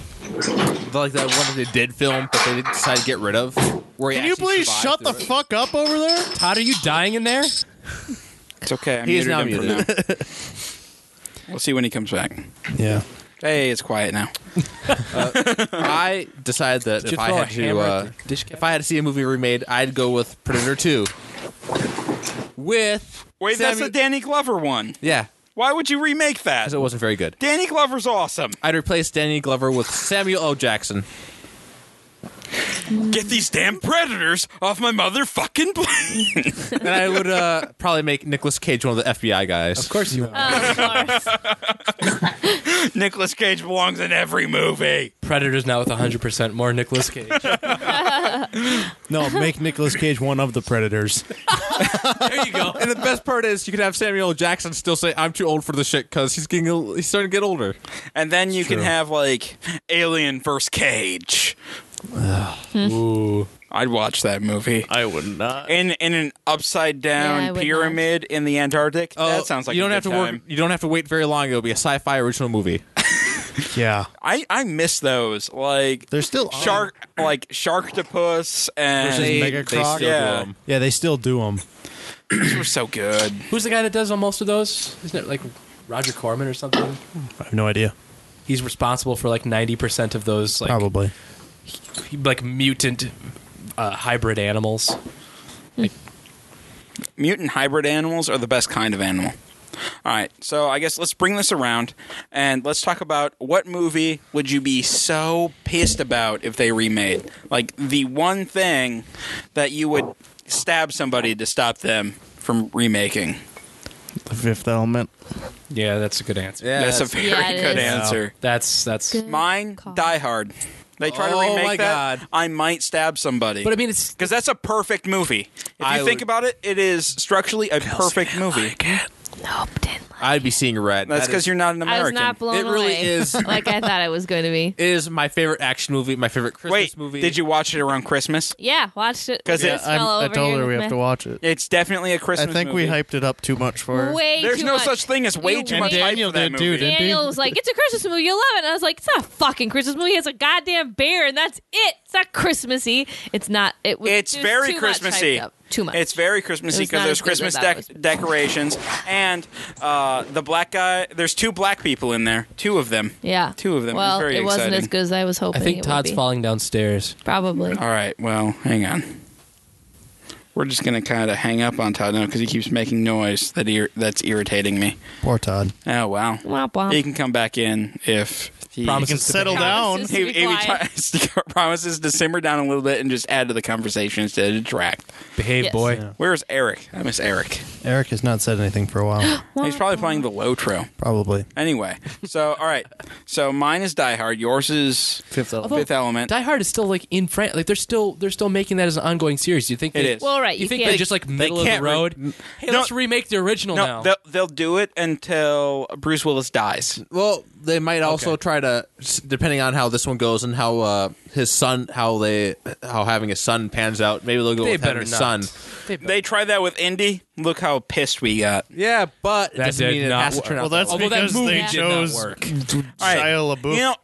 like that one that they did film, but they decided to get rid of. Where he Can you actually please survived shut through the it. fuck up over there? Todd, are you dying in there? It's okay. I He is muted now him for muted. now. We'll see when he comes back. Yeah. Hey, it's quiet now. I decided that if you I throw a had to, hammer at uh, the dish if I had to see a movie remade, I'd go with Predator Two. With Wait, that's Samuel- the Danny Glover one. yeah, Why would you remake that? because it wasn't very good. Danny Glover's awesome. I'd replace Danny Glover with Samuel L. Jackson. Get these damn predators off my motherfucking [laughs] plane. and I would uh, probably make Nicolas Cage one of the FBI guys. Of course you are. Nicolas Cage belongs in every movie. Predators now with 100% more Nicolas [laughs] Cage. there No, make Nicolas Cage one of the predators. you go. And the best part is, you could have Samuel L. Jackson still say, "I'm too old for this shit" because he's getting he's starting to get older. And then you can have like Alien vs. Cage. Hmm. I'd watch that movie. I would not. In in an upside Yeah, I down would pyramid in the Antarctic. that sounds like Oh, a you don't good have to time. work. You don't have to wait very long. It'll be a sci-fi original movie. Yeah. I I miss those. Like They're still on. shark, like Sharktopus, and Versus they Mega Croc? still Yeah. do 'em. Yeah, they still do them. were so good. Who's the guy that does most of those? Isn't it like Roger Corman or something? I have no idea. He's responsible for like 90% of those like Probably. like mutant uh, hybrid animals. Mutant hybrid animals are the best kind of animal. All right, so I guess let's bring this around and let's talk about what movie would you be so pissed about if they remade? Like the one thing that you would stab somebody to stop them from remaking. The Fifth Element. Yeah, that's a good answer. Yeah, That's, a very Yeah, it good is. answer. That's that's Good. Mine, call. Die Hard. They try Oh, to remake my that. God. I might stab somebody. But I mean it's Because that's a perfect movie. If you I think would- about it, it is structurally a perfect movie. [laughs] Nope, didn't. like- I'd be seeing red. That's because you're not an I American. was not blown It really away is. [laughs] like I thought it was going [laughs] to be. It is my favorite action movie. My favorite Christmas Wait, movie. did you watch it around Christmas? Yeah, watched it. 'Cause I it- fell i over told here her we with have my- to watch it. It's definitely a I Christmas think we movie. hyped it up too much for her. Way There's too no much. such thing as way You too much hype Daniel for that did, movie. dude. Didn't he? Daniel was like, "It's a Christmas movie. You love it." And I was like, "It's not a fucking Christmas movie. It's a goddamn bear, and that's it. It's not Christmassy. It's not. It was. It's there's very too much Christmassy. hyped up. Too much. It's very Christmassy It was because not there's as good as I Christmas thought dec- it was. decorations and uh, the black guy. There's two black people in there. Two of them. yeah. Two of them. It was Well, very it wasn't exciting. as good as I was I hoping. it think would Todd's be. falling downstairs. Probably. All right. Well, hang on. We're just gonna kind of hang up on Todd now because he keeps making noise that ir- that's irritating me. Poor Todd. Oh wow. Womp womp. He can come back in if He You can Promises to settle down. Promises. [laughs] He, Be he quiet. tries to- [laughs] promises to simmer down a little bit and just add to the conversation instead of detract. behave, Yes. boy. Where's Eric? I miss Eric. Eric has not said anything for a [gasps] while. He's probably playing the low trail. Probably. Anyway, so all right, so mine is Die Hard. Yours is Fifth Element. Fifth Element. Die Hard is still like in France. Like they're still they're still making that as an ongoing series. You think It they, is. Well, right, You, you think can't- they're just like middle of the can't re- road? hey, No. let's remake the original no, now. they'll, they'll do it until Bruce Willis dies. Well, they might also try to, s- depending on how this one goes and how uh, his son, how they, how having his son pans out. Maybe they'll go They with having better his not. son. They tried that with Indy. Look how pissed we got. Yeah, but it That doesn't did mean it not has to turn Well, out. that's Although that because movie they did not chose work. All right. Shia LaBeouf. You know,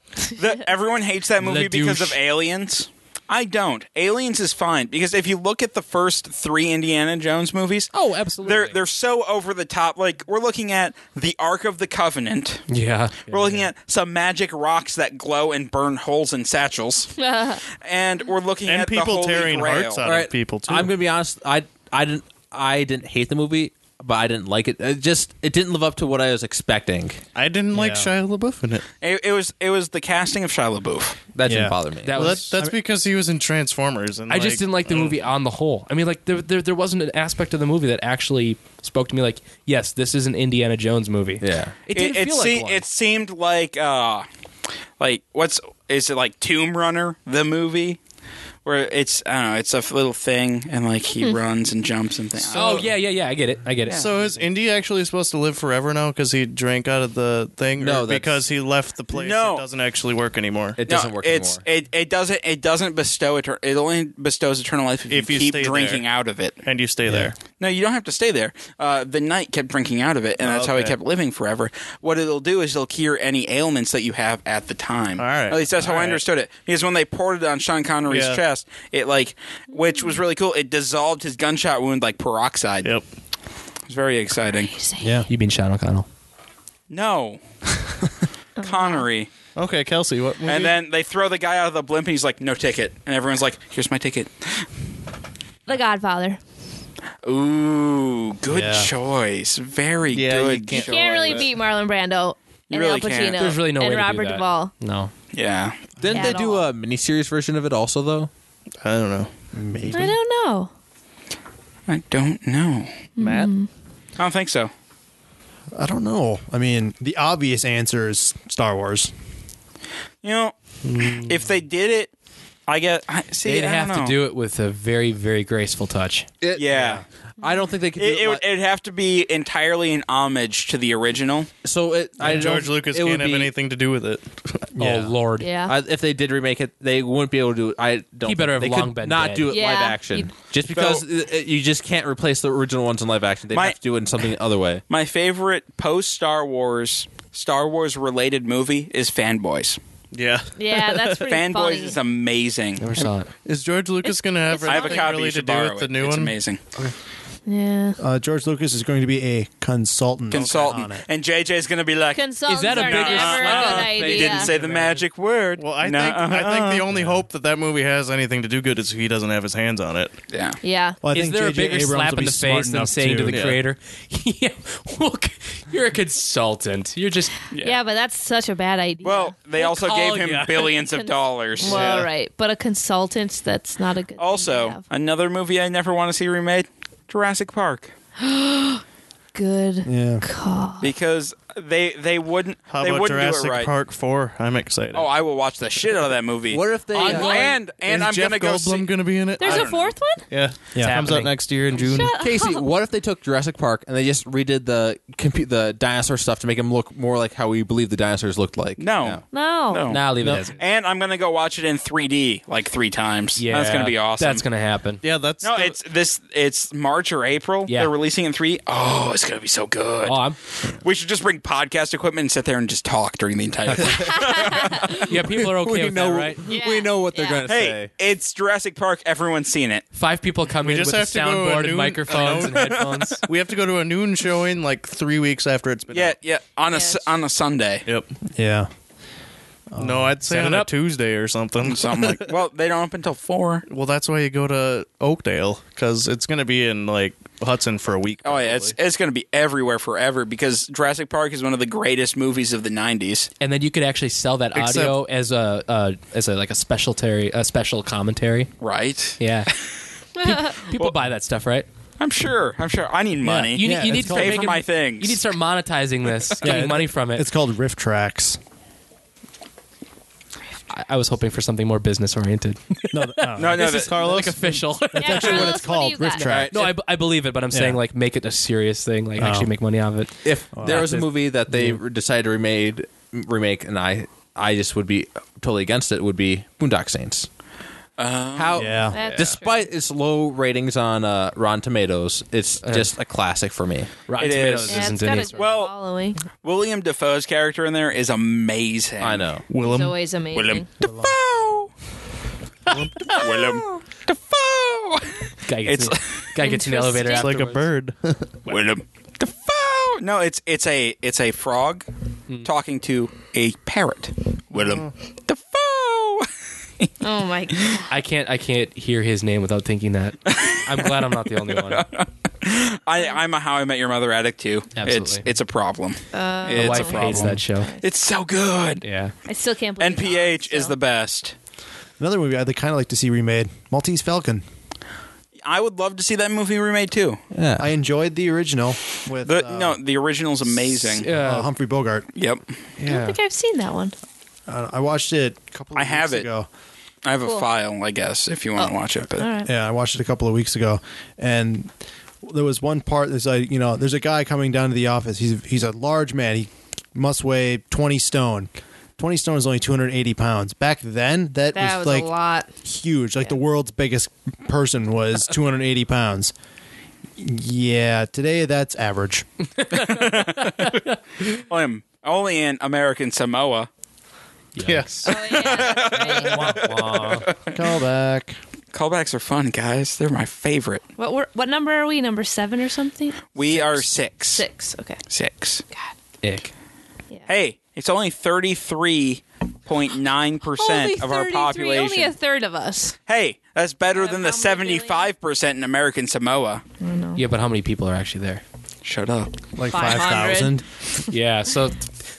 the, everyone hates that movie La because of douche. Aliens. I don't. Aliens is fine because if you look at the first three Indiana Jones movies, oh, absolutely. they're they're so over the top. Like we're looking at the Ark of the Covenant. yeah. We're looking at some magic rocks that glow and burn holes in [laughs] satchels, and we're looking And at the people Holy tearing Grail. hearts out All of people too. I'm gonna be honest. I I didn't I didn't hate the movie, but I didn't like it. It just it didn't live up to what I was expecting. I did not like Yeah. Shia LaBeouf in it. It, it was it was the casting of Shia LaBeouf. That Yeah. didn't bother me. That Well, was. that, that's because he was in Transformers. And I just didn't like the movie on the whole. I mean, like there, there there wasn't an aspect of the movie that actually spoke to me. Like, yes, this is an Indiana Jones movie. yeah. It didn't feel se- like one. it seemed like uh, like what's is it like Tomb Runner the movie where it's I don't know it's a f- little thing and like he Hmm. runs and jumps and things. oh yeah, yeah, yeah. I get it. I get it. So is Indy actually supposed to live forever now because he drank out of the thing? No, or that's- because he left the place. No. it doesn't actually work anymore. It No, doesn't work it's, anymore. It, it doesn't it doesn't bestow etern- it only bestows eternal life if, If you keep stay drinking there. out of it. and you stay there. No, you don't have to stay there. Uh, the knight kept drinking out of it, and that's how he okay. kept living forever. What it'll do is it'll cure any ailments that you have at the time. All right. At least that's how All I right. understood it. Because when they poured it on Sean Connery's Yeah. chest, it like, which was really cool. It dissolved his gunshot wound like peroxide. Yep. It was very exciting. you mean Sean O'Connell? No. Connery. Okay, Kelsey. What? Movie? And then they throw the guy out of the blimp, and he's like, "No ticket," and everyone's like, "Here's my ticket." The Godfather. Ooh, good Yeah. choice. Very Yeah, you good. can't- choice. You can't really beat Marlon Brando You and really Al Pacino can't. There's really no and way to do Robert that. Duvall. No. Yeah. Didn't they at do all. a miniseries version of it also though? I don't know. Mm-hmm. I don't know. I don't know. Matt. Mm-hmm. I don't think so. I don't know. I mean, the obvious answer is Star Wars. You know, Mm. if they did it, I guess. I, see, They'd I have don't to know. do it with a very, very graceful touch. It, Yeah. I don't think they could. do It, it, would, like- it'd have to be entirely an homage to the original. so it, I don't- George Lucas it would can't have be- anything to do with it. Oh Lord. Yeah. I, if they did remake it, they wouldn't be able to do. it. I don't. He better think- have they long could been not dead. do it Yeah. live action. You'd- Just because So- uh, uh, you just can't replace the original ones in live action. They My- have to do it in something other [laughs] way. My favorite post Star Wars, Star Wars related movie is Fanboys. [laughs] Yeah. yeah, that's pretty Fanboys funny. is amazing. Never saw it. Is George Lucas going to have it's I have a anything copy. really you to should do borrow with it. the new it's one? amazing. yeah. Uh, George Lucas is going to be a consultant. Consultant on it. and JJ's gonna be like, Consultants that a are bigger never slap? a good They idea. he didn't say the magic word. Well, I think Nuh-uh. I think the only hope that that movie has anything to do good is if he doesn't have his hands on it. [laughs] yeah. Yeah. Well, I Is think there a J.J. bigger Abrams slap will in be the smart face than enough saying to, the Yeah. creator, [laughs] "Yeah, look, you're a consultant. You're just yeah. but that's such a bad idea. Well, they also call gave him [laughs] ya. billions of dollars. Well, right. But a consultant, that's not a good thing to Also, have. another movie I never want to see remade, Jurassic Park, good Yeah. call. because they they wouldn't How they about wouldn't do Jurassic it right. Park Four? I'm excited. Oh, I will watch the shit out of that movie. What if they? and uh, and, and is I'm Jeff gonna go Goldblum see. going to be in it? There's I a don't know. fourth one? yeah, It's comes out happening. next year in June. Casey, what if they took Jurassic Park and they just redid the compu- the dinosaur stuff to make them look more like how we believe the dinosaurs looked like? No, No. no. now leave it as it is. And I'm gonna go watch it in 3D like three times. Yeah, that's gonna be awesome. That's gonna happen. Yeah, that's no, the- it's this. It's March or April. Yeah. They're releasing it in three. Oh, it's gonna be so good. Oh, I'm, we should just bring podcast equipment and sit there and just talk during the entire [laughs] thing. yeah, people are okay we with know that, right? we know what they're Yeah. gonna [laughs] hey, say. it's Jurassic Park. Everyone's seen it. Five people come in just with a have to go to a soundboard noon- and microphones and headphones. [laughs] [laughs] we have to go to a noon showing like three weeks after it's been. Yeah, out. yeah. On a s Yes. on a Sunday. Yep. Yeah. no, I'd say Set on it a up. Tuesday or [laughs] something. Something [laughs] like well, they don't up until four. Well, that's why you go to Oakdale because it's going to be in like Hudson for a week. Oh yeah, it's it's going to be everywhere forever because Jurassic Park is one of the greatest movies of the '90s. and then you could actually sell that audio as a uh, as a like a specialty a special commentary. Right? Yeah, Pe- people buy that stuff, right? I'm sure. I'm sure. I need money. You, need- you need it's to called- make pay for it- my things. You need to start monetizing [laughs] this, getting money from it. It's called Riff Tracks. I, I was hoping for something more business oriented, No, th- no. No, no, that- like [laughs] official. That's actually what it's called, Riff Tracks. no, I, b- I believe it, but I'm saying Yeah. like make it a serious thing, like actually make money off it. If there was a that's it. movie that they Mm. re- decided to remade, remake, and I, I just would be totally against it. Would be Boondock Saints. How? Yeah. That's Despite its low ratings on uh, Rotten Tomatoes, it's Uh-huh. just a classic for me. It Rotten is. Tomatoes Yeah, isn't it's got any. a great Well- following. William Defoe's character in there is amazing. I know. It's Willem. always amazing. William Defoe. Willem Defoe. guy gets, It's- in, [laughs] guy gets in the elevator. Interesting. After. Like a bird. [laughs] Willem Defoe. No, it's it's a it's a frog Hmm. talking to a parrot. Willem Defoe. Oh my god. I can't I can't hear his name without [laughs] thinking that. I'm glad I'm not the only one. My [laughs] I, I'm a How I Met Your Mother addict too. It's Absolutely. it's a problem. it's a wife problem. hates that show. It's so good. Yeah, I still can't believe NPH is the best. Another movie I'd kind of like to see remade Maltese Falcon. I would love to see that movie remade too. I enjoyed the original with The, uh, no, the original's amazing. uh, Humphrey Bogart. Yep, I don't think I've seen that one. Uh, I watched it a couple of I weeks have it. ago. I have Cool. Oh. a file, I guess, if you want to watch it. But All right. Yeah, I watched it a couple of weeks ago, and there was one part. There's like you know, there's a guy coming down to the office. He's he's a large man. He must weigh twenty stone. Twenty stone is only two hundred eighty pounds. Back then, that, That was like a lot. huge. Like the world's biggest person [laughs] was two hundred eighty pounds. Yeah, today that's average. I'm only in American Samoa. Yes. Oh, yeah. [laughs] right. Call back. Callbacks are fun, guys. They're my favorite. what were, what number are we? Number seven or something? We are six. Six. Okay. Six. ick. Hey, it's only thirty-three point nine Only percent of our 33, population. Only a third of us. hey, that's better than the how many billion? seventy-five percent in American Samoa. Yeah, but how many people are actually there? Shut up. 500. Like five thousand. Yeah, so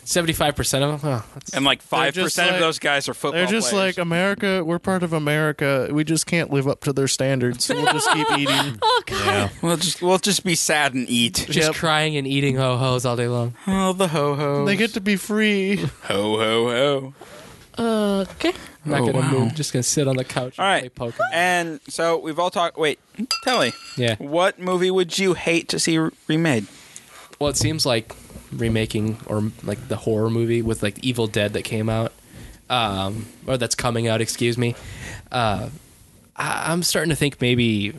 seventy-five percent of them. huh, that's- And like five just percent of like- those guys are football. They're just players. like America. We're part of America. We just can't live up to their standards. So we'll just keep eating. Oh god. we'll just we'll just be sad and eat. just Yep. crying and eating ho hos all day long. Oh, the ho ho. They get to be free. Ho ho ho. Okay. I'm not Oh, gonna wow. move. Just gonna sit on the couch. All and right. Uh, play Pokemon. And so we've all talked. Wait, Telly. Yeah. What movie would you hate to see re- remade? Well, it seems like remaking or like the horror movie with like Evil Dead that came out, um, or that's coming out. Excuse me. Uh, I- I'm starting to think maybe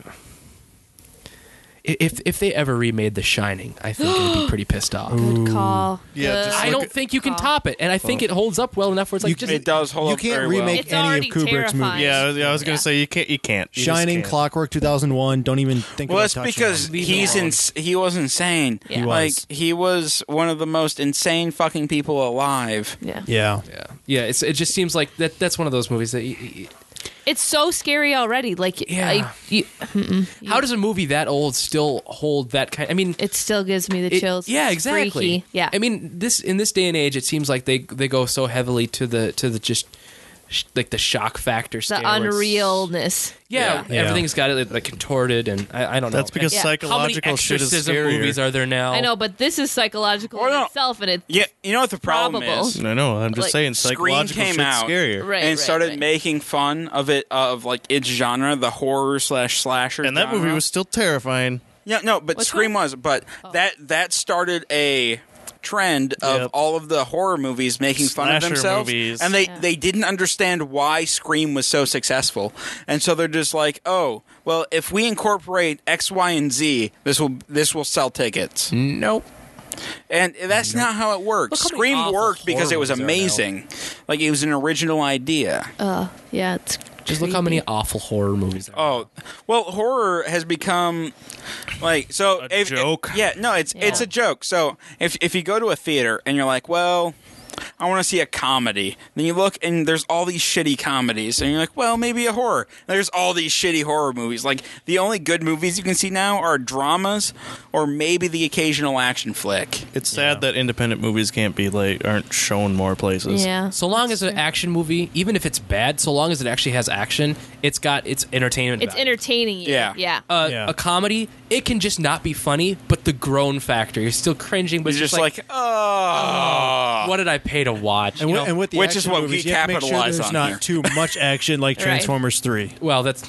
i- if if they ever remade The Shining, I think I'd be pretty pissed off. Good call. Yeah, just I look don't at- think you can top it, and I think it holds up well enough. Where it's like just it does hold You up can't very remake It's any of already Kubrick's terrifying. [laughs] movies. Yeah, I was, I was gonna Yeah. say you can't. You can't. You just Shining, can't. Clockwork, two thousand one. Don't even think. Well, about that's touching because it. he's ins- he was insane. Yeah. He Like was. he was one of the most insane fucking people alive. Yeah. Yeah. yeah, yeah. It's, it just seems like that. That's one of those movies that. You, you- It's so scary already. Like Yeah. I, you, how does a movie that old still hold that kind? I mean, it still gives me the It- chills. yeah, It's exactly. freaky. Yeah. I mean, this in this day and age, it seems like they they go so heavily to the to the just sh- like the shock factor, the scare where it's- unrealness. Yeah, Yeah. everything's got it like contorted, and I, I don't That's know. because Yeah. how many psychological shit is exorcism scarier. movies are there now? I know, but this is psychological Well, in no. itself, and it Yeah, you know what the problem Probable. is? I know. I'm just Like, saying Scream psychological came shit's out. scarier. right and right, started right. making fun of it of like its genre, the horror slash slasher. And that genre. movie was still terrifying. yeah, no, but Which Scream was, but Oh. that that started a trend of Yep. all of the horror movies making fun of Slasher themselves movies. and they Yeah. they didn't understand why Scream was so successful and so they're just like oh well if we incorporate x y and z this will this will sell tickets Nope. And that's not how it works. Look how many Scream awful worked because it was horror movies are amazing. Like it was an original idea. Yeah, it's Just look how many awful horror movies. There are. oh, well, horror has become like so a joke. yeah, no, it's it's Yeah. a joke. So if if you go to a theater and you're like, well, I want to see a comedy. Then you look and there's all these shitty comedies, and you're like, well, maybe a horror. And there's all these shitty horror movies. Like the only good movies you can see now are dramas, or maybe the occasional action flick. It's sad that independent movies can't be like aren't shown more places. Yeah. So long as an action movie, even if it's bad, so long as it actually has action, it's got its entertainment. it's value. entertaining. You. Yeah. Yeah. uh, Yeah. a comedy, it can just not be funny, but the groan factor, you're still cringing, but It's just it's just like, oh, what did I pay to watch? And, You wi- know? and with the Which action is what we movies, you have to make sure capitalize there's on not here. too much action like Right. Transformers Three. well, that's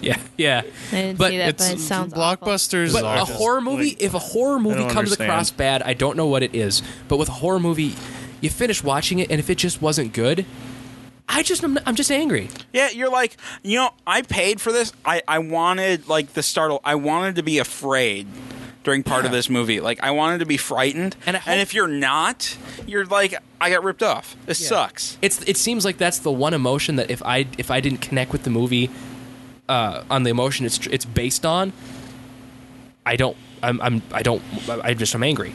yeah, yeah. I didn't but see that, but it sounds awful. blockbusters. But are a just, horror movie, like- if a horror movie comes understand. across bad, I don't know what it is. But with a horror movie, you finish watching it, and if it just wasn't good, I just I'm, I'm just angry. Yeah, you're like, you know, I paid for this. I, I wanted like the startle. I wanted to be afraid during part of this movie. Like I wanted to be frightened. And I hope- if you're not, you're like, I got ripped off. This sucks. It's it seems like that's the one emotion that if I if I didn't connect with the movie uh, on the emotion it's it's based on, I don't I'm, I'm I don't I just I'm angry.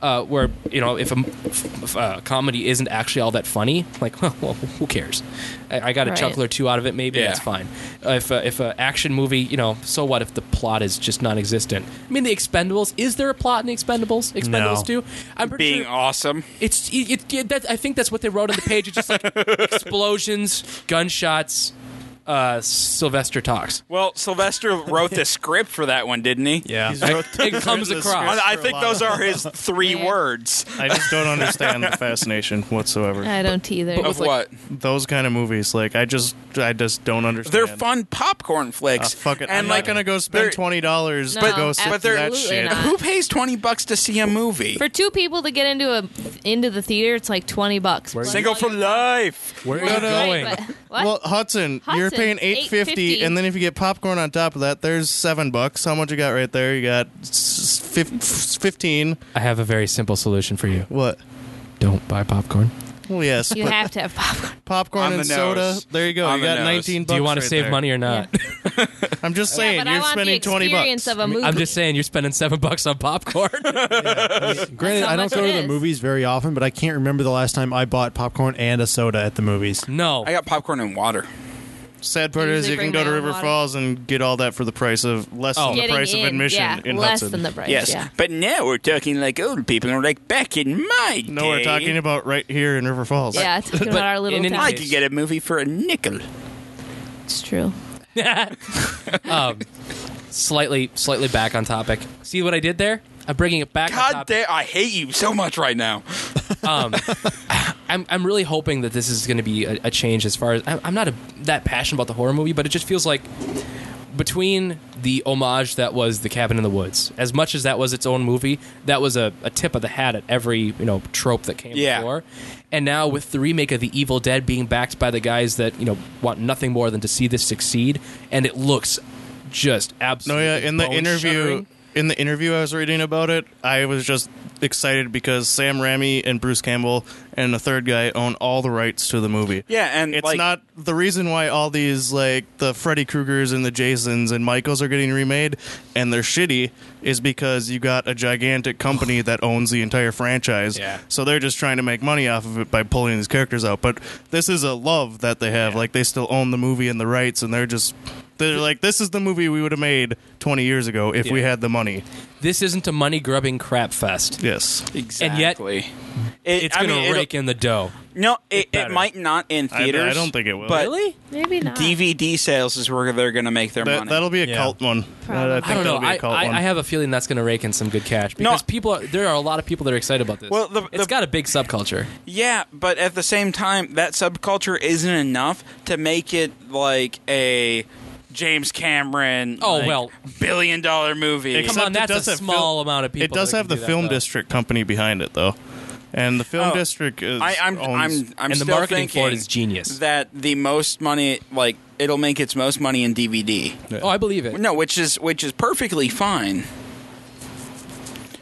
Uh, where you know if a, if a comedy isn't actually all that funny, like [laughs] well, well who cares? I, I got a Right. chuckle or two out of it, maybe Yeah. that's fine. Uh, if a, if a action movie, you know, so what if the plot is just non-existent? I mean, the Expendables. Is there a plot in the Expendables? Expendables two. I'm pretty Being sure- awesome. it's it, it, yeah, that, I think that's what they wrote on the page. It's [laughs] just like explosions, gunshots, uh, Sylvester talks. Well, [laughs] Sylvester wrote the script for that one, didn't he? Yeah, It comes across. I, I think those are [laughs] his three Yeah. words I just don't [laughs] understand the fascination whatsoever. I don't either. of what Those kind of movies, like I just, I just don't understand. they're fun popcorn flicks. Uh, fuck it. And I'm like, not gonna go they're- spend twenty dollars No, to go sit but through they're- that shit. Absolutely not. who pays twenty bucks to see a movie? For two people to get into a into the theater, it's like twenty bucks. Plus Single all for your- life. Where Right, going? but- what? Well, Hudson, you're Hudson, paying eight fifty, $8.50. and then if you get popcorn on top of that, there's seven bucks. How much you got right there? You got s- fif- fifteen. I have a very simple solution for you. What? Don't buy popcorn. Well, yes, you but have to have [laughs] popcorn. On popcorn the and soda. nose. There you go. On you the got nose. nineteen. Do you want want to save money or not? I'm just saying, yeah, but I you're want spending the twenty experience bucks. of a movie. I'm just saying you're spending seven bucks [laughs] on popcorn. Granted, how I don't much go it to the is. movies very often, but I can't remember the last time I bought popcorn and a soda at the movies. no, I got popcorn and water. Sad part I is usually bring you can my go to own River water. Falls and get all that for the price of less Oh. than the Getting price in, of admission yeah, in less Hudson. than the price. Yes, Yeah. but now we're talking like old people, and we're like, back in my no, we're day, talking about right here in River Falls. Yeah, talking about our little in any town. I could get a movie for a nickel. It's true. slightly, slightly back on topic. See what I did there? I'm bringing it back. on God topic. damn, I hate you so much right now. I'm, I'm really hoping that this is going to be a, a change as far as I'm, I'm not a, that passionate about the horror movie, but it just feels like between the homage that was The Cabin in the Woods, as much as that was its own movie, that was a, a tip of the hat at every you know trope that came Yeah. before. And now with the remake of The Evil Dead being backed by the guys that you know want nothing more than to see this succeed, and it looks just No, absolutely yeah. In the bone interview, shuddering. in the interview I was reading about it, I was just excited because Sam Raimi and Bruce Campbell and the third guy own all the rights to the movie. Yeah, and It's like, not the reason why all these like the Freddy Kruegers and the Jasons and Michaels are getting remade and they're shitty is because you got a gigantic company that owns the entire franchise. Yeah. So they're just trying to make money off of it by pulling these characters out. But this is a love that they have. Like they still own the movie and the rights and they're just they're like this is the movie we would have made 20 years ago if we Yeah. had the money. This isn't a money grubbing crap fest. Yes. exactly. It- It's I going mean, to it'll- rake in the dough. No, it, it better. might not in I- I theaters. don't think it will. But Really? Maybe not. DVD sales is where they're going to make their That, money. that'll be a Yeah. cult one. Probably. I think I don't know. that'll be I, a cult I, one. I have a feeling that's going to rake in some good cash because people are, there are a lot of people that are excited about this. Well, the- it's the- got a big subculture. Yeah, but at the same time, that subculture isn't enough to make it like a James Cameron. Oh, like, well. billion dollar movie. Except Come on, it that's a does have small fil- amount of people. It does that have can the do that, film though. district company behind it, though, and the film Oh. district is. I, I'm, owns- I'm, I'm And the still marketing thinking for it is genius. That the most money, like it'll make its most money in DVD. Oh, I believe it. No, which is which is perfectly fine.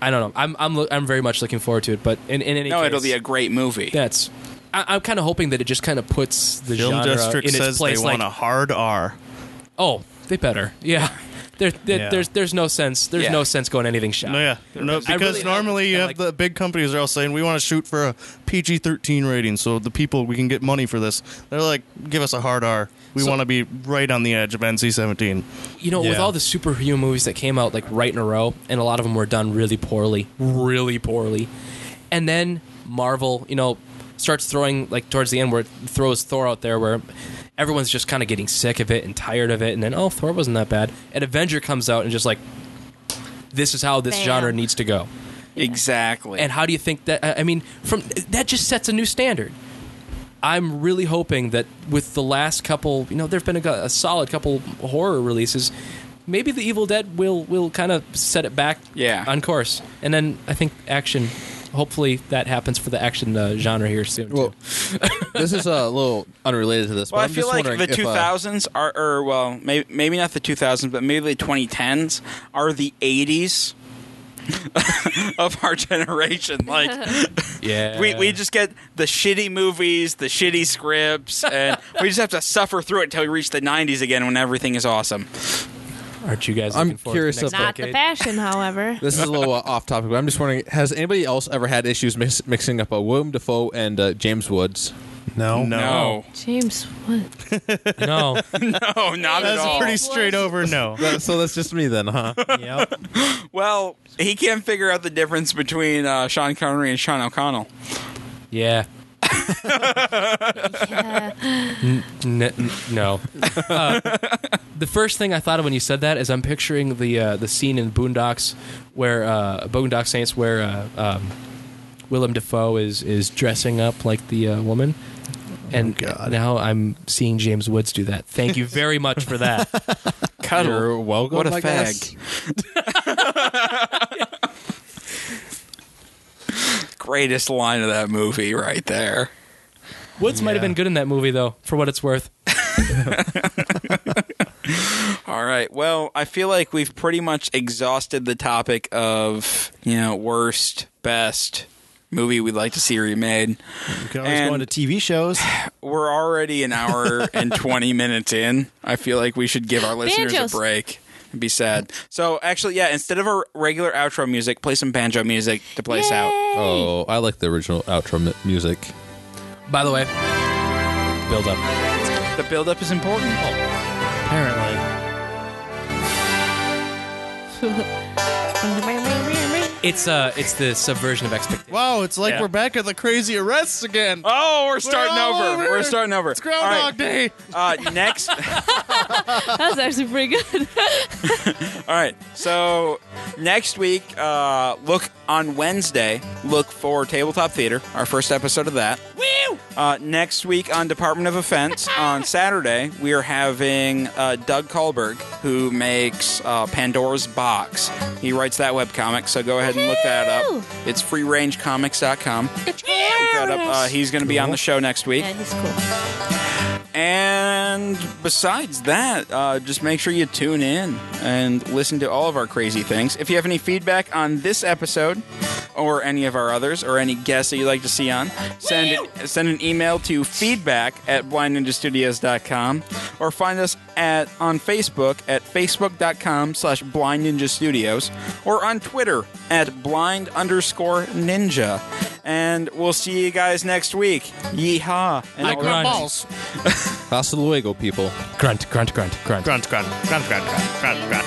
I don't know. I'm I'm lo- I'm very much looking forward to it. But in, in any No, case, it'll be a great movie. that's. I, I'm kind of hoping that it just kind of puts the film genre district in its says place. they like, want a hard R. oh, they better. [laughs] Yeah. There, there- Yeah. There's there's no sense. There's Yeah. no sense going anything shot. No, yeah, no, I because really- normally you I have like- the big companies are all saying we want to shoot for a PG thirteen rating, so the people we can get money for this. They're like, give us a hard R. We So- want to be right on the edge of NC seventeen. You know, with Yeah. all the superhero movies that came out like right in a row, and a lot of them were done really poorly, really poorly, and then Marvel, you know, starts throwing like towards the end where it throws Thor out there where everyone's just kind of getting sick of it and tired of it, and then oh, Thor wasn't that bad. And Avenger comes out and just like, this is how this Bam. genre needs to go. Exactly. And how do you think that? I I mean, from that just sets a new standard. I'm really hoping that with the last couple, you know, there've been a, a solid couple horror releases. Maybe the Evil Dead will will kind of set it back Yeah. on course, and then I think action. Hopefully that happens for the action uh, genre here soon. Well, too. this is a little unrelated to this. well, but I I'm feel just like wondering the if, uh, 2000s are, or well, may, maybe not the 2000s, but maybe the 2010s are the 80s [laughs] of our generation. [laughs] Like yeah, we, we just get the shitty movies, the shitty scripts, and we just have to suffer through it until we reach the 90s again when everything is awesome. aren't you guys? I'm looking forward to curious the next about- Not the decade? fashion, [laughs] however. this is a little uh, off topic, but I'm just wondering: Has anybody else ever had issues mix- mixing up a William Defoe and uh, James Woods? No. No, James, [laughs] what? No, Oh, no, not at That's all. pretty straight [laughs] over. No, That- so that's just me then, huh? Yep. Well, he can't figure out the difference between uh, Sean Connery and Sean O'Connell. yeah, Yeah. N- n- no. Uh, the first thing I thought of when you said that is I'm picturing the uh, the scene in Boondocks where uh, Boondock Saints where uh, um, Willem Dafoe is is dressing up like the uh, woman. And now I'm seeing James Woods do that. Thank you very much for that. Cuddle. You're welcome. what a I guess. fag. Greatest line of that movie right there. Woods might have been good in that movie though, for what it's worth. All right. Well, I feel like we've pretty much exhausted the topic of, you know, worst, best movie we'd like to see remade. You can always And- go into TV shows. We're already an hour and 20 minutes in. I feel like we should give our listeners Banjos. a break and be sad. So, actually, yeah, instead of our regular outro music, play some banjo music to play us out. Oh, I like the original outro mu- music. By the way, build up. The buildup is important. Apparently. [laughs] It's uh it's the subversion of expectations. wow, it's like Yeah. we're back at the crazy arrests again. Oh, we're starting all over. over. We're starting over. It's Groundhog Day. All right. Uh, [laughs] next. All [laughs] That was actually pretty good. right. So next week, uh, look on Wednesday. Look for Tabletop Theater, our first episode of that. Woo! Uh, next week on Department of [laughs] Offense on Saturday, we are having uh, Doug Kahlberg, who makes uh, Pandora's Box. He writes that webcomic, so go ahead and look that Woohoo! up. It's freerangecomics.com. Look that up. Uh, he's going to be on the show next week. Yeah, he's cool. And besides that, uh, just make sure you tune in and listen to all of our crazy things. If you have any feedback on this episode or any of our others or any guests that you'd like to see on, send it, send an email to feedback at blindninjastudios.com or find us at on Facebook at facebook.com slash blind ninja studios or on Twitter at blind underscore ninja. And we'll see you guys next week. Yeehaw. And I all- grunt. [laughs] Hasta luego, people. Grunt, grunt, grunt, grunt. Grunt, grunt, grunt, grunt, grunt, grunt, grunt.